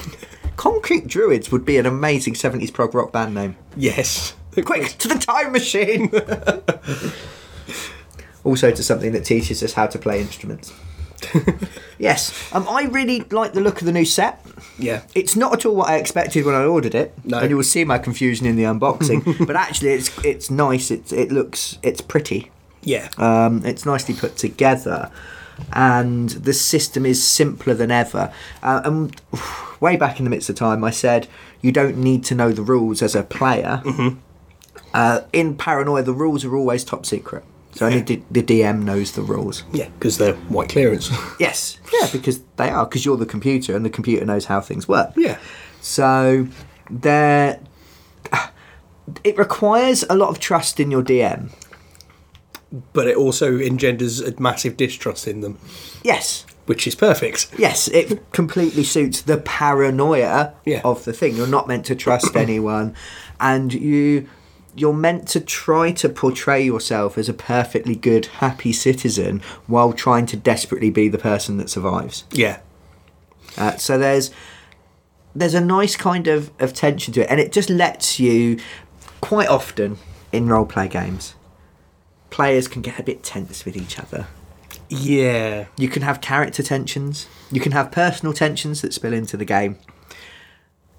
concrete druids would be an amazing seventies prog rock band name. Yes, Quick, to the time machine! also, to something that teaches us how to play instruments. yes, um, I really like the look of the new set. Yeah, It's not at all what I expected when I ordered it, No. and you will see my confusion in the unboxing. but actually, it's it's nice. It's it looks it's pretty. yeah, Um, it's nicely put together, and the system is simpler than ever. Uh, and way back in the midst of time, I said you don't need to know the rules as a player. Uh, in Paranoia, the rules are always top secret, so only d- the DM knows the rules. yeah. Because they're white clearance. Yes, yeah, because they are because you're the computer, and the computer knows how things work. yeah, So there, it requires a lot of trust in your DM. But it also engenders a massive distrust in them, Yes, which is perfect. yes, it completely suits the paranoia Yeah. of the thing. You're not meant to trust anyone, and you you're meant to try to portray yourself as a perfectly good, happy citizen while trying to desperately be the person that survives. Yeah. Uh, so there's there's a nice kind of, of tension to it, and it just lets you quite often in role play games. Players can get a bit tense with each other. Yeah. You can have character tensions. You can have personal tensions that spill into the game.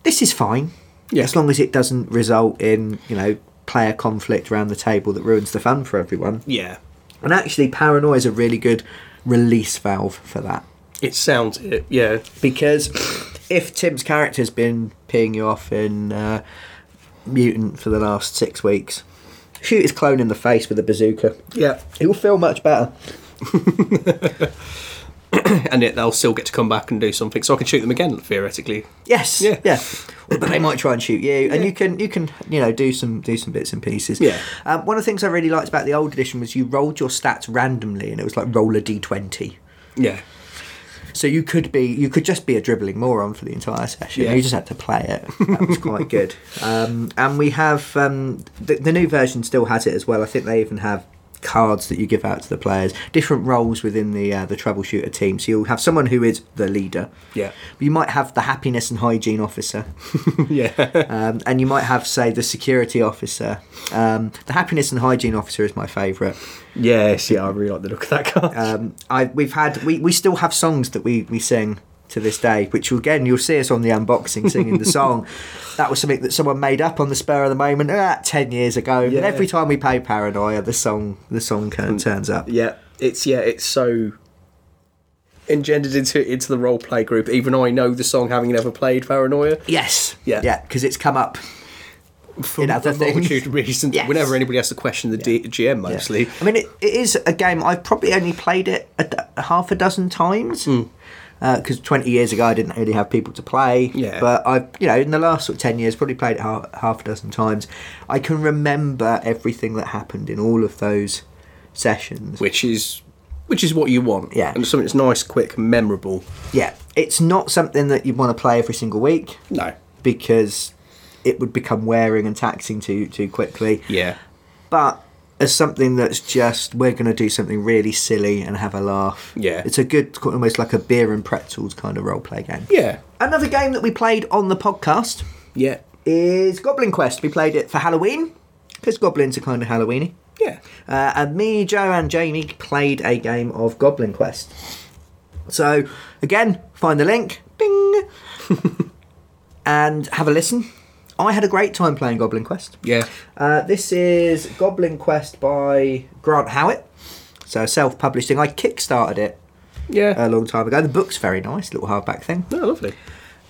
This is fine, Yeah. as long as it doesn't result in you know player conflict around the table that ruins the fun for everyone. Yeah. And actually, paranoia is a really good release valve for that. It sounds it. Yeah. because if Tim's character's been peeing you off in uh, Mutant for the last six weeks, shoot his clone in the face with a bazooka. Yeah. He will feel much better. And it, they'll still get to come back and do something, so I can shoot them again theoretically. Yes. Yeah. Yeah. But they might try and shoot you, and you can you can you know do some do some bits and pieces. Yeah. Um, one of the things I really liked about the old edition was you rolled your stats randomly, and it was like roll a d twenty. Yeah. So you could be, you could just be a dribbling moron for the entire session. Yeah. You just had to play it. That was quite good. Um, and we have um, the, the new version still has it as well. I think they even have cards that you give out to the players, different roles within the uh, the troubleshooter team. So you'll have someone who is the leader. Yeah. You might have the happiness and hygiene officer, yeah. um, and you might have, say, the security officer. Um, the happiness and hygiene officer is my favourite. Yes. Yeah. I really like the look of that card. Um, I we've had we, we still have songs that we, we sing to this day, which you- again you'll see us on the unboxing singing the song. That was something that someone made up on the spur of the moment ah, ten years ago. Yeah. And every time we play Paranoia, the song the song kind of turns up. yeah. It's yeah. It's so engendered into into the role play group. Even I know the song, having never played Paranoia. Yes, Yeah. yeah, because it's come up. for In other a multitude things. of reasons. Yes. Whenever anybody has to question the D- GM, Yeah. mostly. I mean, it, it is a game I've probably only played it a, d- a half a dozen times. Because 20 years ago, I didn't really have people to play. Yeah. But I, you know, in the last sort of 10 years, probably played it half, half a dozen times. I can remember everything that happened in all of those sessions. which is which is what you want. Yeah. and something that's nice, quick, and memorable. Yeah. It's not something that you want to play every single week No, because it would become wearing and taxing too, too quickly. yeah, but as something that's just we're going to do something really silly and have a laugh. Yeah. it's a good, almost like a beer and pretzels kind of role play game. yeah, Another game that we played on the podcast yeah, is Goblin Quest. We played it for Halloween because goblins are kind of Halloweeny. yeah. Uh, and me, Joe, and Jamie played a game of Goblin Quest. So again, find the link, bing, and have a listen. I had a great time playing Goblin Quest. Yeah, Uh, this is Goblin Quest by Grant Howitt. So self publishing. I kickstarted it yeah. a long time ago. The book's very nice, little hardback thing. oh, lovely.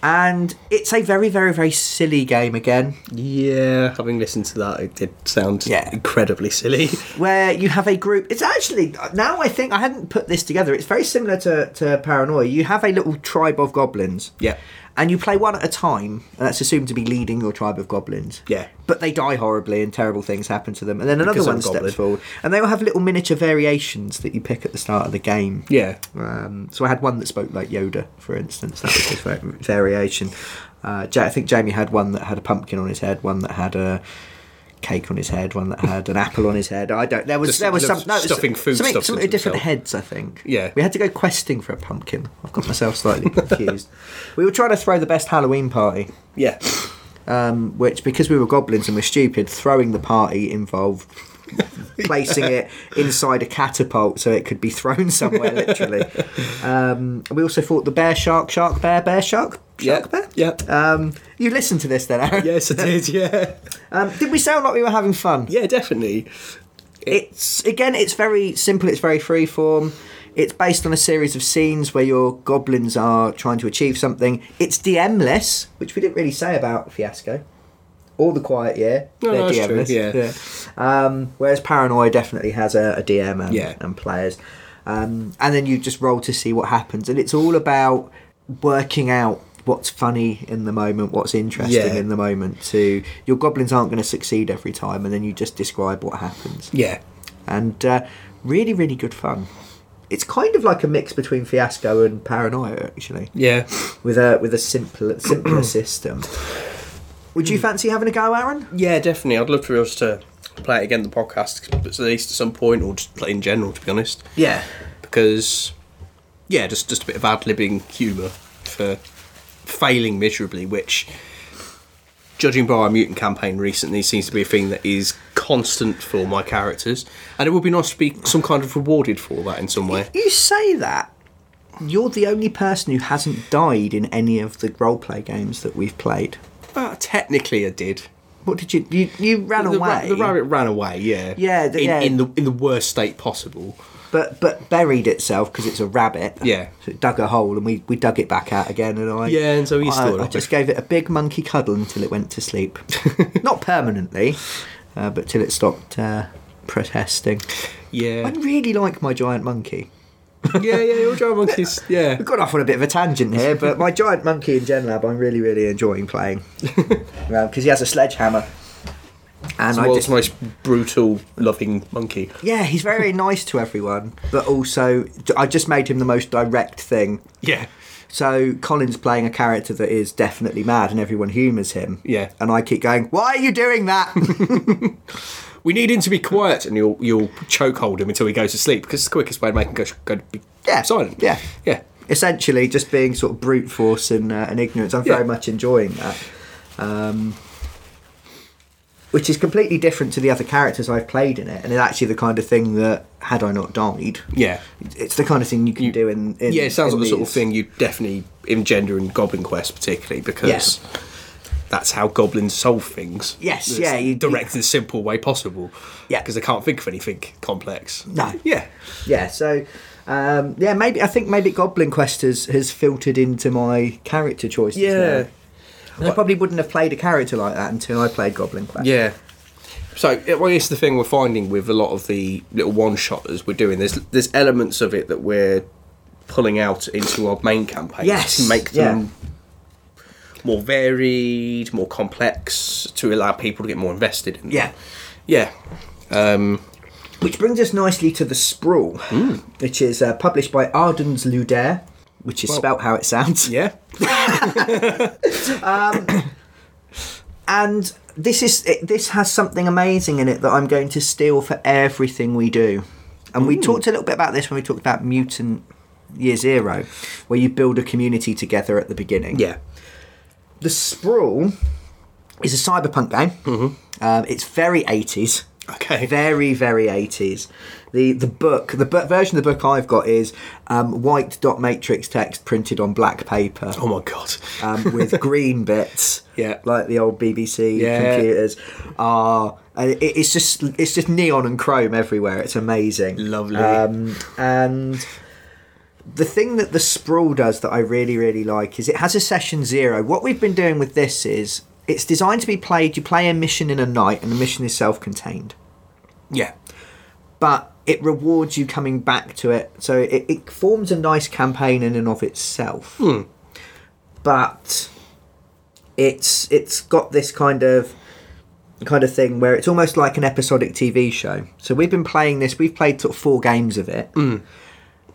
And it's a very, very, very silly game again, Yeah, having listened to that, it did sound Yeah. incredibly silly. where you have a group. It's actually, now I think I hadn't put this together, it's very similar to, to Paranoia. You have a little tribe of goblins. Yeah. And you play one at a time, and that's assumed to be leading your tribe of goblins. Yeah. But they die horribly and terrible things happen to them. And then another Because I'm one a steps goblin. forward. And they all have little miniature variations that you pick at the start of the game. yeah, Um, so I had one that spoke like Yoda, for instance. That was his va- variation. Uh, Ja- I think Jamie had one that had a pumpkin on his head, one that had a cake on his head, one that had an apple on his head. I don't. There was Just there was some loves no, stuffing food something, stuffs something into with different himself. heads. I think. Yeah. We had to go questing for a pumpkin. I've got myself slightly confused. We were trying to throw the best Halloween party yeah, um, which because we were goblins and we're stupid, throwing the party involved placing it inside a catapult so it could be thrown somewhere literally. Um, we also fought the bear shark, shark bear, bear shark, yeah, shark bear. yeah. Um, you listened to this then, Aaron? yes, it did. Yeah, Um, did we sound like we were having fun? yeah, definitely. It's again, it's very simple. It's very freeform. It's based on a series of scenes where your goblins are trying to achieve something. It's DMless, which we didn't really say about Fiasco or The Quiet Year. No, They're that's true, DMless. yeah. Um, whereas Paranoia definitely has a, a DM and, Yeah. and players. Um, and then you just roll to see what happens, and it's all about working out what's funny in the moment, what's interesting Yeah. in the moment. To your goblins aren't going to succeed every time, and then you just describe what happens. Yeah. And uh, really, really good fun. It's kind of like a mix between Fiasco and Paranoia, actually, Yeah. with a with a simpler simpler system. Would you fancy having a go, Aaron? Yeah, definitely. I'd love to be able to play it again in the podcast, at least at some point, or just play in general, to be honest. Yeah. Because, yeah, just, just a bit of ad libbing humour for failing miserably, which, judging by our mutant campaign recently, seems to be a thing that is constant for my characters. And it would be nice to be some kind of rewarded for that in some way. You say that. You're the only person who hasn't died in any of the roleplay games that we've played. Uh, technically, I did. What did you you, you ran The, ra- away? the rabbit ran away, yeah. Yeah, the- in, yeah. In, the, in the worst state possible. but but buried itself because it's a rabbit. Yeah. So it dug a hole and we, we dug it back out again and I Yeah, and so we stored I, I it. just gave it a big monkey cuddle until it went to sleep, not permanently, uh, but till it stopped uh, protesting. I Yeah. really like my giant monkey. yeah, yeah, your giant monkeys. Yeah. We've gone off on a bit of a tangent here, but my giant monkey in Gen Lab, I'm really really enjoying playing because he has a sledgehammer. And It's the I world's just, most brutal, loving monkey. yeah, he's very nice to everyone, but also I just made him the most direct thing Yeah. So Colin's playing a character that is definitely mad, and everyone humours him. Yeah. and I keep going, "Why are you doing that?" We need him to be quiet, and you'll you'll chokehold him until he goes to sleep because it's the quickest way to make him go, go to be Yeah, silent. yeah. Yeah. Essentially, just being sort of brute force and, uh, and ignorance. I'm very Yeah. much enjoying that, um, which is completely different to the other characters I've played in it, and it's actually the kind of thing that had I not died, Yeah. it's the kind of thing you can do in, in Yeah, it sounds in like the sort of these. thing you definitely engender in Goblin Quest, particularly because that's how goblins solve things. Yes, It's yeah, you- direct and simple way possible. Yeah. because they can't think of anything complex. No. Yeah, Yeah, so um, yeah, maybe I think maybe Goblin Quest has, has filtered into my character choices. Yeah. now. And I probably wouldn't have played a character like that until I played Goblin Quest. Yeah. So it, well, it's the thing we're finding with a lot of the little one-shotters we're doing. There's there's elements of it that we're pulling out into our main campaign Yes, to make yeah. them more varied, more complex, to allow people to get more invested in. them. Yeah. yeah, um, Which brings us nicely to the Sprawl, Mm. which is uh, published by Ardens Ludaire, which is spelt how it sounds. yeah, And this is it, this has something amazing in it that I'm going to steal for everything we do. And Mm. we talked a little bit about this when we talked about Mutant Year Zero, where you build a community together at the beginning. yeah, The Sprawl is a cyberpunk game. Mm-hmm. Um, it's very 80s. okay, Very, very 80s. The the book, the bu- version of the book I've got is um, white dot matrix text printed on black paper oh my god, um, with green bits. Yeah. Like the old BBC Yeah. computers. Ah, and it, it's just it's just neon and chrome everywhere. It's amazing. Lovely. Um, and the thing that the sprawl does that I really really like is it has a session zero. What we've been doing with this is it's designed to be played. You play a mission in a night, and the mission is self-contained yeah, but it rewards you coming back to it. So it, it forms a nice campaign in and of itself. But it's it's got this kind of kind of thing where it's almost like an episodic TV show. So we've been playing this. We've played sort of four games of it,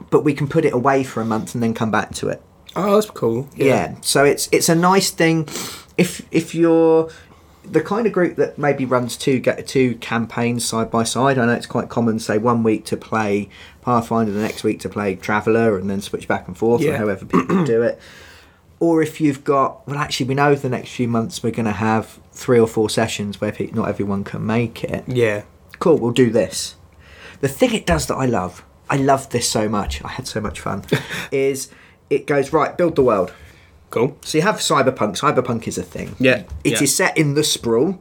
but we can put it away for a month and then come back to it oh that's cool, yeah. so it's it's a nice thing if if you're the kind of group that maybe runs two get two campaigns side by side i know it's quite common say one week to play pathfinder the next week to play traveller and then switch back and forth or Yeah. however people do it or if you've got well actually we know the next few months we're going to have three or four sessions where pe- not everyone can make it yeah, cool, we'll do this. The thing it does that I love, I love this so much, I had so much fun, is it goes, right, build the world. cool, So you have cyberpunk, cyberpunk is a thing. Yeah, it is yeah. set in the sprawl.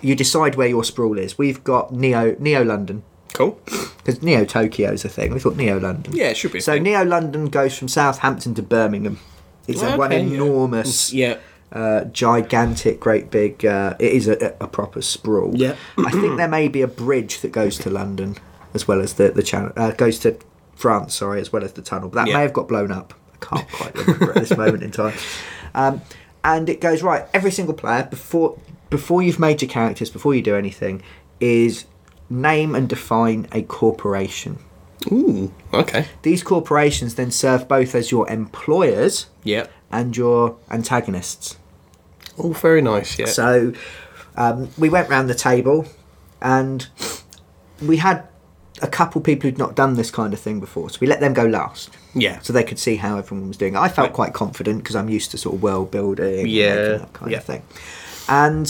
You decide where your sprawl is. We've got Neo Neo London. cool, Because Neo Tokyo's a thing. We thought Neo London. yeah, it should be. a So thing. Neo London goes from Southampton to Birmingham. It's a Okay, one yeah. enormous yeah, uh, gigantic, great big. Uh, it is a, a proper sprawl. Yeah. I think there may be a bridge that goes to London as well as the the channel uh, goes to France. Sorry, as well as the tunnel. But that Yeah. may have got blown up. I can't quite remember at this moment in time. Um, and it goes right. Every single player before before you've made your characters, before you do anything, is name and define a corporation. Ooh, okay. These corporations then serve both as your employers Yep. and your antagonists. All Oh, very nice, yeah. So um, we went round the table and we had a couple people who'd not done this kind of thing before. So we let them go last. yeah. So they could see how everyone was doing. I felt quite confident because I'm used to sort of world building, and Yeah, making that kind yeah. of thing. And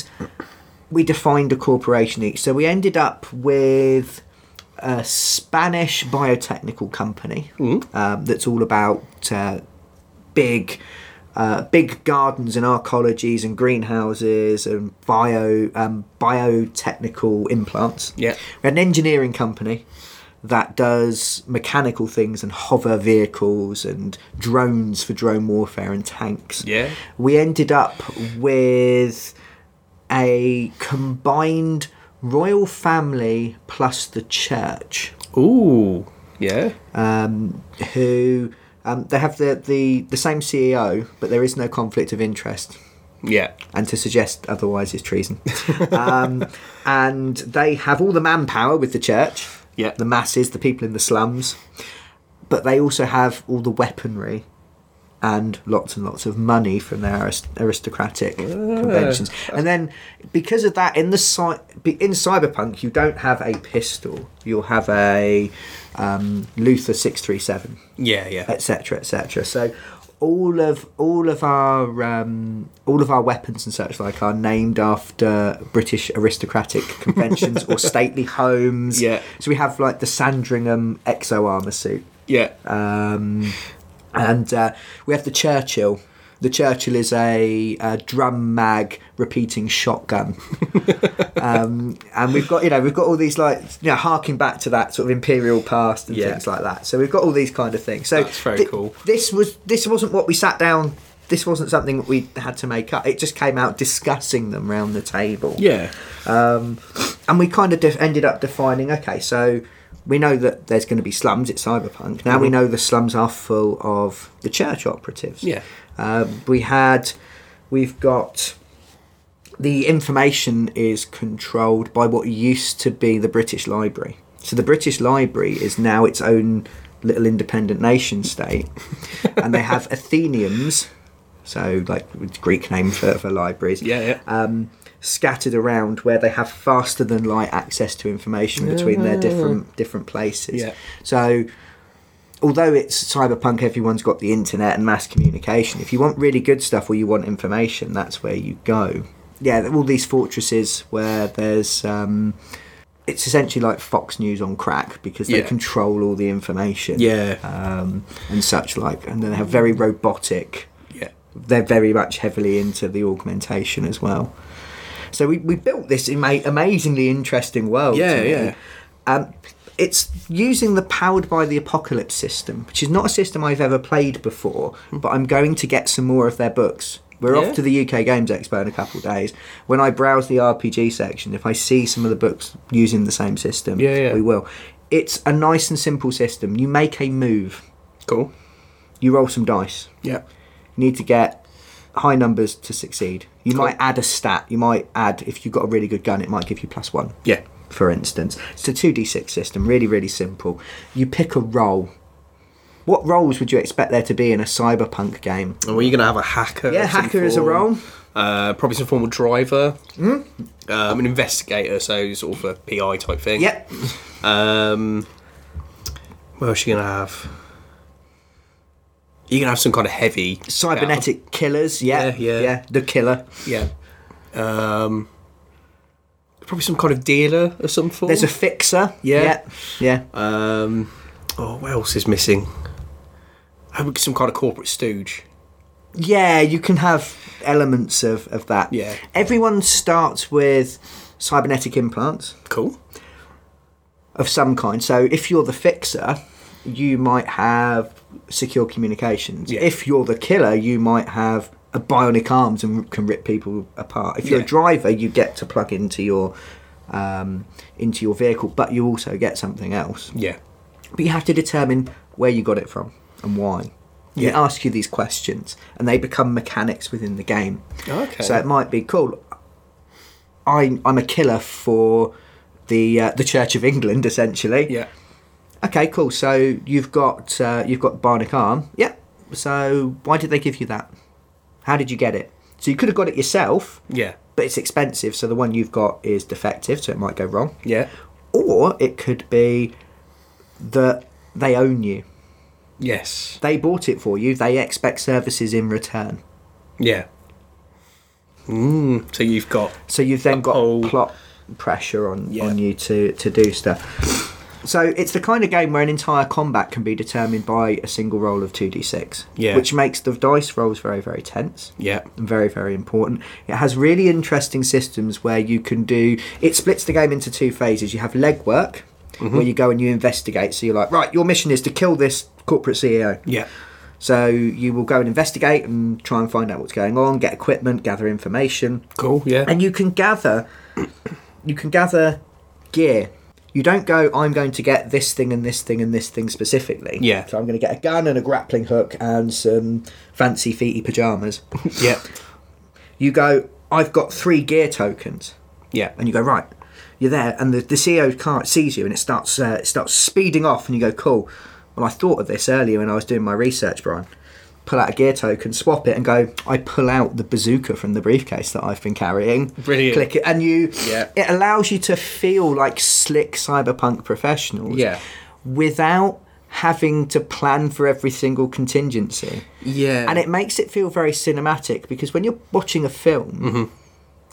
we defined a corporation each. So we ended up with a Spanish biotechnical company Mm. um, that's all about uh, big. Uh, big gardens and arcologies and greenhouses and bio um, biotechnical implants. Yeah. We're an engineering company that does mechanical things and hover vehicles and drones for drone warfare and tanks. Yeah. We ended up with a combined royal family plus the church Ooh. Yeah. um, who um, they have the, the, the same CEO, but there is no conflict of interest Yeah. and to suggest otherwise is treason. um, and they have all the manpower with the church, Yeah. the masses, the people in the slums, but they also have all the weaponry and lots and lots of money from their arist- aristocratic conventions. And then because of that, in the cy- be- in cyberpunk, you don't have a pistol; you'll have a um, Luther six three seven Yeah, yeah. etc etc so all of all of our um, all of our weapons and such like are named after British aristocratic conventions or stately homes. Yeah. So we have like the Sandringham exo armor suit, Yeah. um, and uh, we have the Churchill. The Churchill is a, uh drum mag repeating shotgun, um, and we've got you know we've got all these like you know harking back to that sort of imperial past and Yeah. things like that. So we've got all these kind of things. So That's very cool. This was this wasn't what we sat down. This wasn't something that we had to make up. It just came out discussing them round the table yeah. and we kind of def- ended up defining okay so we know that there's going to be slums it's cyberpunk now Mm-hmm. we know the slums are full of the church operatives Yeah. um, we had we've got the information is controlled by what used to be the british library so the british library is now its own little independent nation state and they have atheniums so like greek name for, for libraries Yeah, yeah. um, scattered around where they have faster than light access to information between their different different places. Yeah. So although it's cyberpunk everyone's got the internet and mass communication if you want really good stuff or you want information that's where you go yeah all these fortresses where there's um, it's essentially like fox news on crack because they Yeah. control all the information Yeah. um, and such like and then they have very robotic yeah. they're very much heavily into the augmentation as well. So we, we built this ama- amazingly interesting world. Yeah, to me. yeah. Um, it's using the powered by the apocalypse system, which is not a system I've ever played before, but I'm going to get some more of their books. We're Hmm. Yeah. off to the UK Games Expo in a couple of days. When I browse the RPG section, if I see some of the books using the same system, Yeah, yeah. we will. It's a nice and simple system. You make a move, Cool. you roll some dice. Yeah. You need to get high numbers to succeed. You might add a stat. You might add if you've got a really good gun, it might give you plus one. Yeah. For instance, it's a two d six system. Really, really simple. You pick a role. What roles would you expect there to be in a cyberpunk game? And were you going to have a hacker? of Yeah, some hacker is a Hmm? form? role. Uh, probably some form of driver. Um, an investigator, so sort of a PI type thing. Yep. Um, what else you going to have? You're going to have some kind of heavy. Cybernetic killers. Yeah, Yeah, yeah. The killer. Yeah. Um, probably some kind of dealer of some form. There's a fixer. Yeah. Yeah. yeah. Um, oh, what else is missing? I would some kind of corporate stooge. Yeah, you can have elements of, of that. Yeah. Everyone starts with cybernetic implants. Cool. of some kind. So if you're the fixer, you might have secure communications. Yeah. If you're the killer, you might have a bionic arms and can rip people apart. If you're Yeah. a driver, you get to plug into your um, into your vehicle, but you also get something else. Yeah. But you have to determine where you got it from and why. They Yeah. ask you these questions, and they become mechanics within the game. Okay. So it might be cool. I, I'm a killer for the uh, the Church of England, essentially. Yeah. Okay, cool. So you've got uh, you've got Barnick Arm. Yeah. So why did they give you that? How did you get it? So you could have got it yourself, Yeah. but it's expensive. So the one you've got is defective, so it might go wrong. Yeah. Or it could be that they own you. Yes. They bought it for you. They expect services in return. Yeah. Mm, so you've got So you've then got whole- plot pressure on, Yeah. on you to, to do stuff. So it's the kind of game where an entire combat can be determined by a single roll of 2d6, Yeah. which makes the dice rolls very, very tense. yeah. and very very important it has really interesting systems where you can do it splits the game into two phases you have legwork Mm-hmm. where you go and you investigate so you're like right your mission is to kill this corporate ceo Yeah. so you will go and investigate and try and find out what's going on get equipment gather information Cool. Yeah. and you can gather you can gather gear you don't go i'm going to get this thing and this thing and this thing specifically Yeah. so i'm going to get a gun and a grappling hook and some fancy feety pajamas yeah. you go, I've got three gear tokens, Yeah. and you go right. You're there, and the, the CEO car sees you, and it starts uh, it starts speeding off, and you go, cool. Well, I thought of this earlier when I was doing my research, Brian. Pull out a gear token, swap it, and go. I pull out the bazooka from the briefcase that I've been carrying. Brilliant. Click it, and you. Yeah. It allows you to feel like slick cyberpunk professionals. Yeah. Without having to plan for every single contingency Yeah. and it makes it feel very cinematic because when you're watching a film Mm-hmm.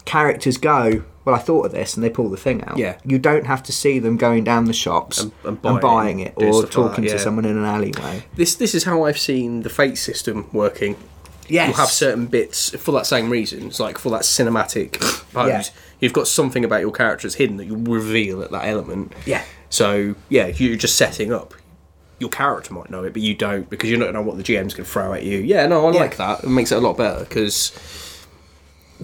characters go well i thought of this and they pull the thing out Yeah. you don't have to see them going down the shops and, and buying, buying it it, doing or stuff like talking that, to yeah. someone in an alleyway this this is how I've seen the fate system working. Yes. You'll have certain bits for that same reason. It's like for that cinematic pose. Yeah. You've got something about your characters hidden that you'll reveal at that element. Yeah. So yeah, you're just setting up. Your character might know it, but you don't because you don't know what the GM's going to throw at you. Yeah, no, I Yeah. like that. It makes it a lot better because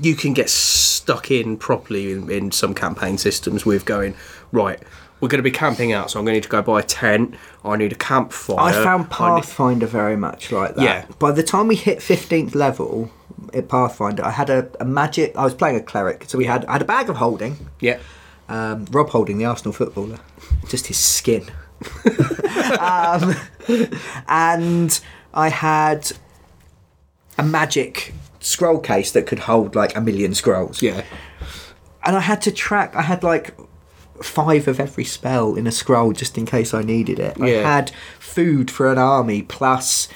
you can get stuck in properly in, in some campaign systems with going right. We're going to be camping out, so I'm going to need to go buy a tent. I need a campfire. i found I need- pathfinder very much like that Yeah. by the time we hit 15th level at pathfinder i had a, a magic i was playing a cleric so we had i had a bag of holding Yeah. um, Rob Holding, the Arsenal footballer, just his skin. um, and I had a magic scroll case that could hold like a million scrolls. Yeah. And I had to track, I had like five of every spell in a scroll just in case I needed it. I Yeah. had food for an army plus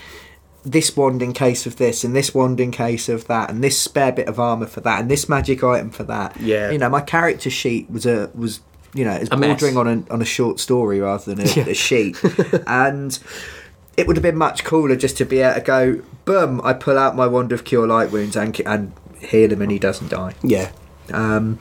this wand in case of this and this wand in case of that and this spare bit of armor for that and this magic item for that. Yeah. You know, my character sheet was a was you know, it's mess. bordering on a on a short story rather than a, a sheet. and it would have been much cooler just to be able to go, boom, I pull out my wand of cure light wounds and and heal him and he doesn't die. Yeah. Um,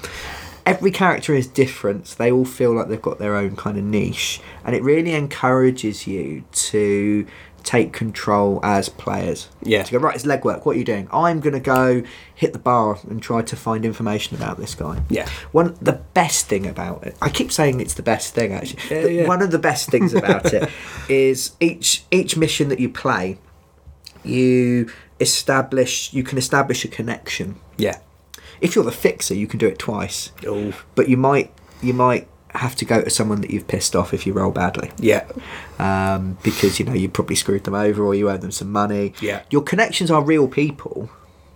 every character is different. so they all feel like they've got their own kind of niche, and it really encourages you to take control as players. Yeah. To go right, it's legwork. What are you doing? I'm gonna go hit the bar and try to find information about this guy. Yeah. One the best thing about it. I keep saying it's the best thing actually. Yeah, The- yeah. One of the best things about it is each each mission that you play, you establish you can establish a connection Yeah. if you're the fixer, you can do it twice. Oh. But you might you might have to go to someone that you've pissed off if you roll badly, Yeah. um, because you know you probably screwed them over or you owe them some money. Yeah. your connections are real people.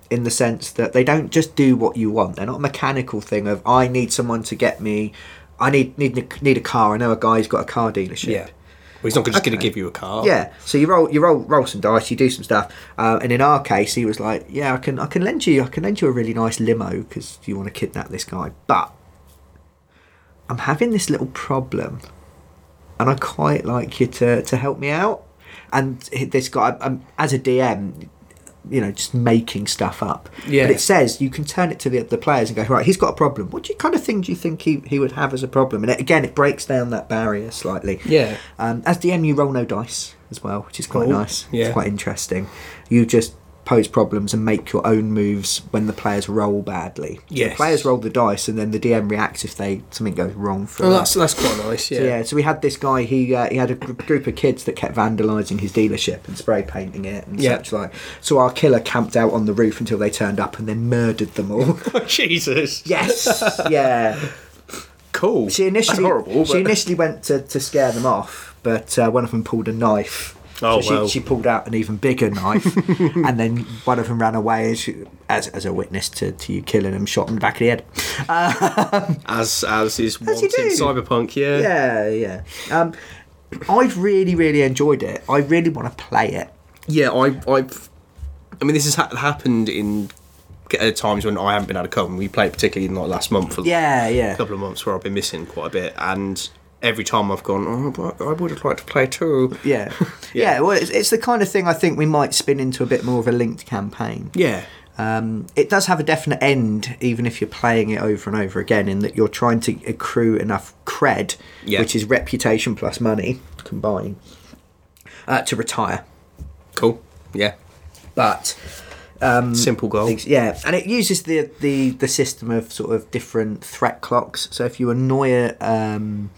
In the sense that they don't just do what you want. They're not a mechanical thing of I need someone to get me. I need need a- need a car. I know a guy who's got a car dealership. Yeah. Well, he's not just going Okay. to give you a car. Yeah. So you roll, you roll, roll some dice. You do some stuff. Uh, and in our case, he was like, "Yeah, I can, I can lend you, I can lend you a really nice limo because you want to kidnap this guy." But I'm having this little problem, and I quite like you to to help me out. And this guy, um, as a DM, you know, just making stuff up. Yeah. But it says you can turn it to the the players and go, right, he's got a problem. What do you kind of thing do you think he, he would have as a problem? And it, again, it breaks down that barrier slightly. Yeah. Um, as DM, you roll no dice as well, which is quite Cool. nice. Yeah. It's quite interesting. You just pose problems and make your own moves when the players roll badly. So Yes. The players roll the dice, and then the DM reacts if they something goes wrong for. Well, them. Oh, that's that's quite nice. Yeah. So, yeah, so we had this guy. He uh, he had a gr- group of kids that kept vandalising his dealership and spray painting it and Yeah. such like. So our killer camped out on the roof until they turned up and then murdered them all. Jesus. yes, yeah. Cool. She initially That's horrible. she but- initially went to, to scare them off, but uh, one of them pulled a knife. so Oh, she, well. she pulled out an even bigger knife, and then one of them ran away as, she, as, as a witness to, to you killing him, shot him in the back of the head. Uh, as as is As you wanted. do. Cyberpunk. Yeah. Yeah, yeah. Um, I've really, really enjoyed it. I really want to play it. Yeah, I, I've. I mean, this has ha- happened in uh, times when I haven't been out of cover. We played particularly in like last month. Or Yeah, yeah. A couple of months where I've been missing quite a bit, and every time I've gone, oh, but I would have liked to play too. Yeah. yeah. well, it's, it's the kind of thing I think we might spin into a bit more of a linked campaign. Yeah. Um, it does have a definite end, even if you're playing it over and over again, in that you're trying to accrue enough cred, Yeah. which is reputation plus money combined, uh, to retire. Cool. Yeah. But Mm. Simple goal. Things- Yeah, and it uses the, the the system of sort of different threat clocks. So if you annoy a um,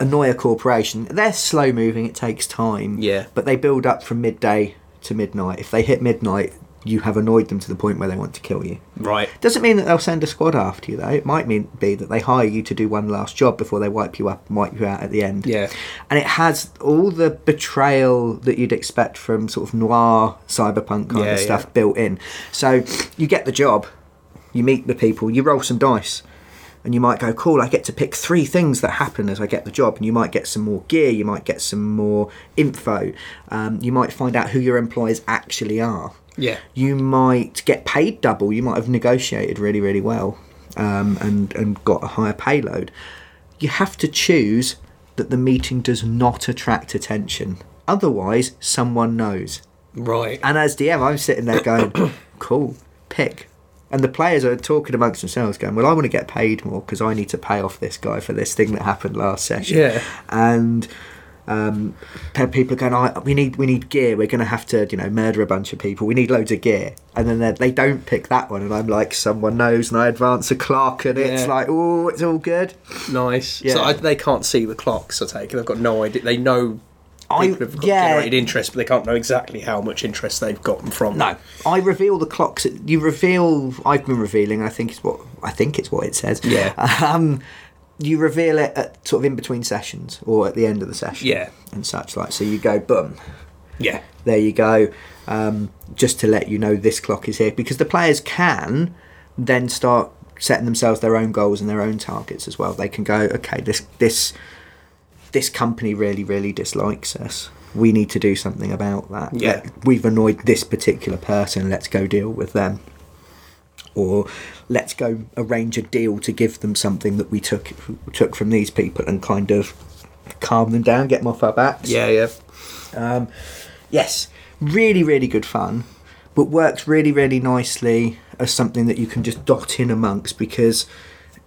annoy a corporation, they're slow moving. It takes time. Yeah. but they build up from midday to midnight. If they hit midnight, you have annoyed them to the point where they want to kill you. Right. Doesn't mean that they'll send a squad after you though. It might mean be that they hire you to do one last job before they wipe you up and wipe you out at the end. Yeah. And it has all the betrayal that you'd expect from sort of noir cyberpunk kind Yeah, of stuff yeah. built in. So you get the job, you meet the people, you roll some dice. And you might go, cool, I get to pick three things that happen as I get the job. And you might get some more gear, you might get some more info, um, you might find out who your employers actually are Yeah. you might get paid double. You might have negotiated really, really well um, and, and got a higher payload. You have to choose that the meeting does not attract attention. Otherwise, someone knows. Right. And as DM, I'm sitting there going, cool, pick. And the players are talking amongst themselves, going, well, I want to get paid more because I need to pay off this guy for this thing that happened last session. Yeah. And um, pe- people are going, oh, we need we need gear. We're going to have to, you know, murder a bunch of people. We need loads of gear. And then they- they don't pick that one. And I'm like, someone knows. And I advance a clock, and it's Yeah. like, oh, it's all good. Nice. Yeah. So I, they can't see the clocks. I take it. They've got no idea. They know. I- People have got yeah. generated interest, but they can't know exactly how much interest they've gotten from. No, I reveal the clocks. You reveal. I've been revealing. I think it's what I think it's what it says. Yeah. Um, you reveal it at sort of in between sessions or at the end of the session. Yeah. And such like. So you go boom. Yeah. There you go. Um, just to let you know, this clock is here because the players can then start setting themselves their own goals and their own targets as well. They can go, okay, this this this company really really dislikes us. We need to do something about that. Yeah. Let- we've annoyed this particular person. Let's go deal with them. Or let's go arrange a deal to give them something that we took took from these people and kind of calm them down, get them off our backs. Yeah. Yeah. Yes, really, really good fun, but works really, really nicely as something that you can just dot in amongst because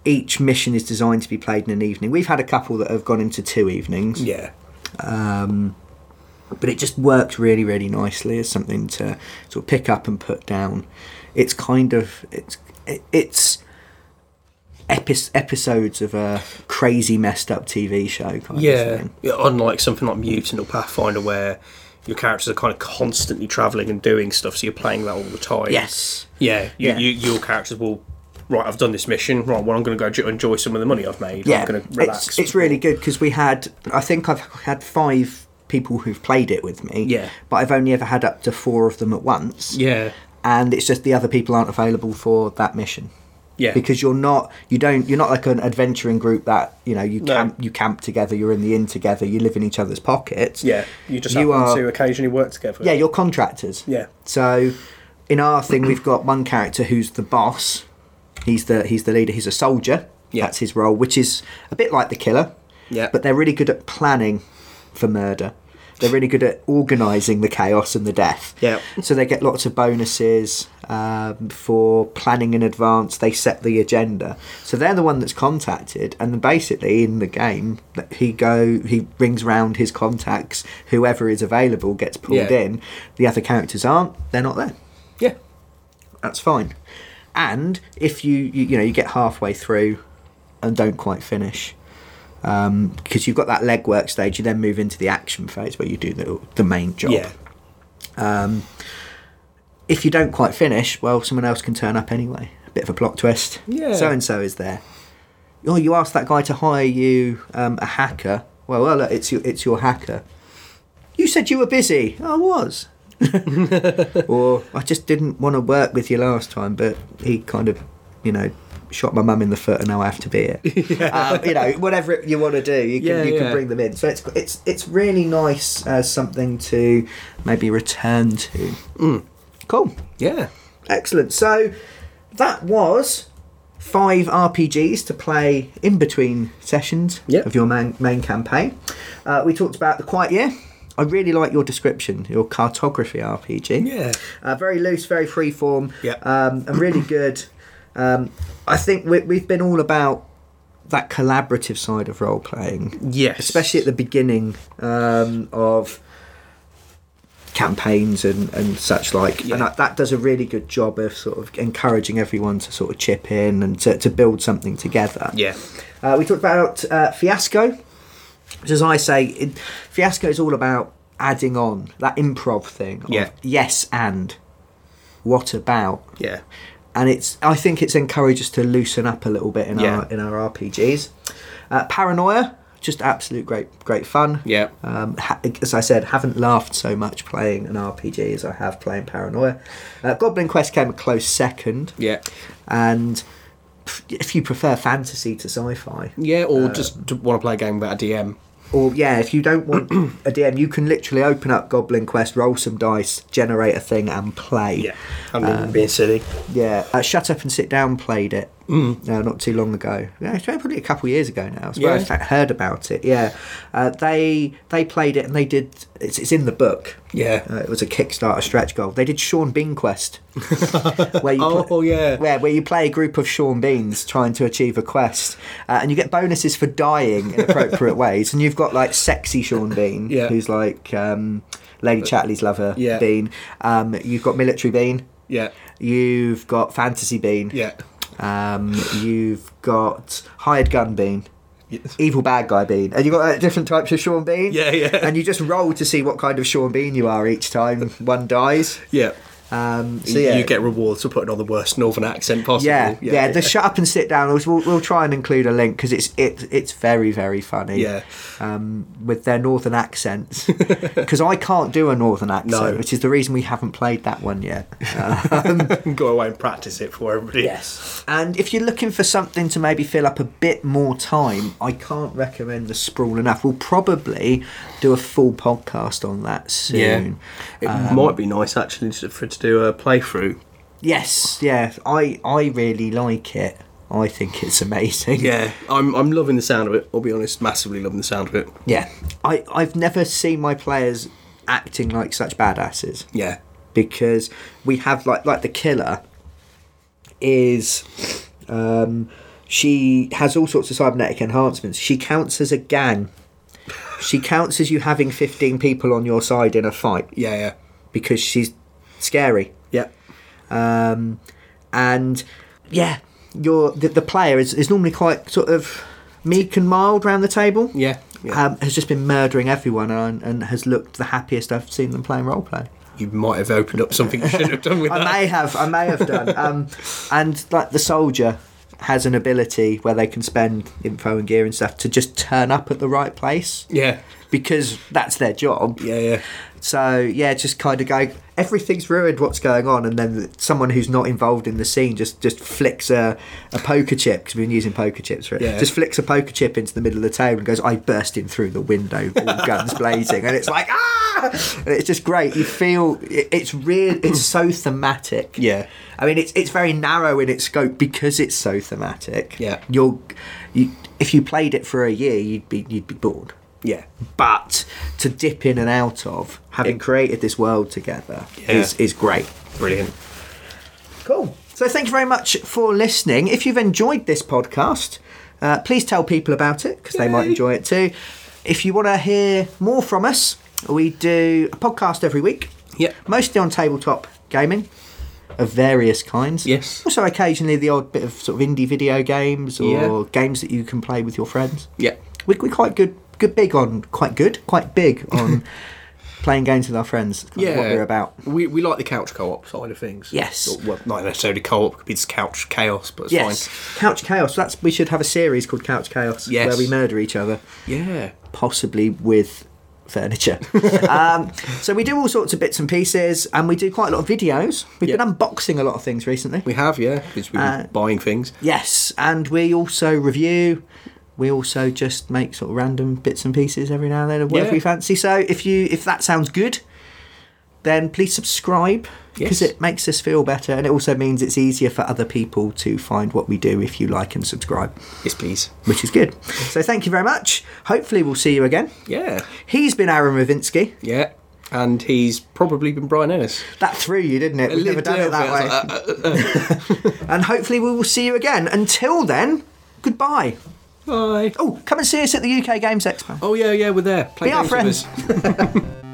each mission is designed to be played in an evening. We've had a couple that have gone into two evenings, Yeah. but it just worked really, really nicely as something to sort of pick up and put down. It's kind of it's it- it's epi- episodes of a crazy messed up TV show kind of Yeah. thing. yeah. Unlike something like Mutant or Pathfinder, where your characters are kind of constantly traveling and doing stuff, so you're playing that all the time. Yes. Yeah. You, Yeah. You, your characters will. Right, I've done this mission. Right, well, I'm going to go ju- enjoy some of the money I've made. I'm going to relax. It's, it's really good because we had, I think I've had five people who've played it with me. Yeah. But I've only ever had up to four of them at once. Yeah. And it's just the other people aren't available for that mission. Yeah. Because you're not, you don't, you're not like an adventuring group that you know you No. camp, you camp together, you're in the inn together, you live in each other's pockets. yeah, you just You happen are- to occasionally work together. Yeah, you're contractors. Yeah. So, in our thing, we've got one character who's the boss. He's the he's the leader. He's a soldier. Yeah. That's his role, which is a bit like the killer. Yeah. But they're really good at planning for murder. They're really good at organising the chaos and the death. Yeah. So they get lots of bonuses um, for planning in advance. They set the agenda. So they're the one that's contacted, and then basically in the game, that he go he rings round his contacts. Whoever is available gets pulled Yeah. in. The other characters aren't. They're not there. Yeah. That's fine. And if you, you you know you get halfway through and don't quite finish, um, because you've got that legwork stage, you then move into the action phase where you do the the main job. Yeah. If you don't quite finish, well, someone else can turn up anyway. A bit of a plot twist. Yeah. So and so is there. Oh, you asked that guy to hire you um, a hacker. Well, well, look, it's your it's your hacker. You said you were busy. I was. or I just didn't want to work with you last time, but he kind of, you know, shot my mum in the foot, and now I have to be it. um, you know, whatever it- you want to do, you can Yeah, you yeah. can bring them in. So it's it's it's really nice as something to maybe return to. Cool, Yeah. excellent. So that was five RPGs to play in between sessions Yep. of your main main campaign. Uh, we talked about the Quiet Year. I really like your description, your cartography RPG. Yeah. Uh, very loose, very free form, Yep. um, and really good. Um, I think we, we've been all about that collaborative side of role playing, Yes. especially at the beginning um, of campaigns and, and such like. Yeah. And that, that does a really good job of sort of encouraging everyone to sort of chip in and to, to build something together. Yeah. Uh, we talked about uh, Fiasco, which, as I say, it, Fiasco is all about adding on that improv thing. of Yeah. Yes, and what about? Yeah. And it's. I think it's encouraged us to loosen up a little bit in Yeah. our in our RPGs. Uh, Paranoia, just absolute great great fun. Yeah. Um, ha- as I said, haven't laughed so much playing an RPG as I have playing Paranoia. Uh, Goblin Quest came a close second, Yeah. and f- if you prefer fantasy to sci-fi, Yeah. Or just want to play a game about a DM. or yeah, if you don't want a DM, you can literally open up Goblin Quest, roll some dice, generate a thing, and play. I'm being silly. yeah. Uh, Shut up and sit down. Played it mm. uh, not too long ago. Yeah, it's probably a couple of years ago now. As well, Yeah. in fact, heard about it. Yeah, uh, they they played it and they did. It's, it's in the book. Yeah. Uh, it was a Kickstarter stretch goal. They did Sean Bean Quest, where you Oh, pla- yeah. where where you play a group of Sean Beans trying to achieve a quest, uh, and you get bonuses for dying in appropriate ways. And you've got like sexy Sean Bean, Yeah. Uh, who's like um, Lady Chatley's lover, Yeah. Bean. Um, you've got military Bean. Yeah. You've got fantasy Bean. Yeah. Um, you've got hired gun Bean. Yes. Evil bad guy Bean, and you got uh, different types of Sean Bean. Yeah, yeah. And you just roll to see what kind of Sean Bean you are each time one dies. Yeah. Um, so yeah, You get rewards for putting on the worst northern accent possible. yeah, yeah, The shut up and sit down. We'll, we'll try and include a link because it's it, it's very very funny. Yeah. Um, with their northern accents, because I can't do a northern accent, No. which is the reason we haven't played that one yet. Go away and practice it for everybody. Yes. And if you're looking for something to maybe fill up a bit more time, I can't recommend the Sprawl enough. We'll probably do a full podcast on that Yeah. Um, soon. It might be nice actually to- for to do a playthrough. Yes, yeah. I I really like it. I think it's amazing. Yeah. I'm I'm loving the sound of it. I'll be honest, massively loving the sound of it. Yeah. I, I've never seen my players acting like such badasses. Yeah. because we have like like the killer is um, she has all sorts of cybernetic enhancements. She counts as a gang. She counts as you having fifteen people on your side in a fight Yeah. Yeah. because she's scary. Yeah. Um, and yeah, your the, the player is, is normally quite sort of meek and mild round the table. Yeah. yeah. Um, has just been murdering everyone and, and has looked the happiest I've seen them playing roleplay. you might have opened up something you shouldn't have done with I that. may have, I may have done. Um, and like the soldier has an ability where they can spend info and gear and stuff to just turn up at the right place Yeah. because that's their job. Yeah. Yeah. So yeah, just kind of go. Everything's ruined. What's going on? And then someone who's not involved in the scene just just flicks a, a poker chip because we've been using poker chips for it. Yeah. Just flicks a poker chip into the middle of the table and goes, "I burst in through the window, all guns blazing," and it's like ah, and it's just great. You feel it, it's real. It's so thematic. Yeah. I mean, it's it's very narrow in its scope because it's so thematic. Yeah. you'll you if you played it for a year, you'd be you'd be bored Yeah. but to dip in and out of having created this world together is, is great Brilliant. cool so thank you very much for listening if you've enjoyed this podcast uh, please tell people about it because they might Yay. enjoy it too if you want to hear more from us we do a podcast every week Yep. mostly on tabletop gaming of various kinds. Yes. Also, occasionally the odd bit of sort of indie video games or Yeah. games that you can play with your friends. Yeah. We're, we're quite good, good big on quite good, quite big on playing games with our friends. It's kind of what we're about. We, we like the couch co-op side of things. Yes. Or, well, not necessarily co-op. It's couch chaos, but it's Yes, fine. Couch Chaos. That's we should have a series called Couch Chaos Yes. where we murder each other, Yeah. possibly with furniture. um, so we do all sorts of bits and pieces, and we do quite a lot of videos. We've Yeah. been unboxing a lot of things recently. We have, yeah, because we've been Uh, buying things. Yes, and we also review. We also just make sort of random bits and pieces every now and then of whatever Yeah. we fancy. So if you if that sounds good, then please subscribe because Yes. it makes us feel better, and it also means it's easier for other people to find what we do if you like and subscribe, Yes, please. which is good. so thank you very much. Hopefully we'll see you again. Yeah. He's been Aaron Ravinsky. Yeah. And he's probably been Brian Ennis. That threw you, didn't it? We've never done it that way. Uh, uh, and hopefully we will see you again. Until then, goodbye. bye. Oh, come and see us at the UK Games Expo. Oh, yeah, yeah, we're there. Play Be our games with friends. us.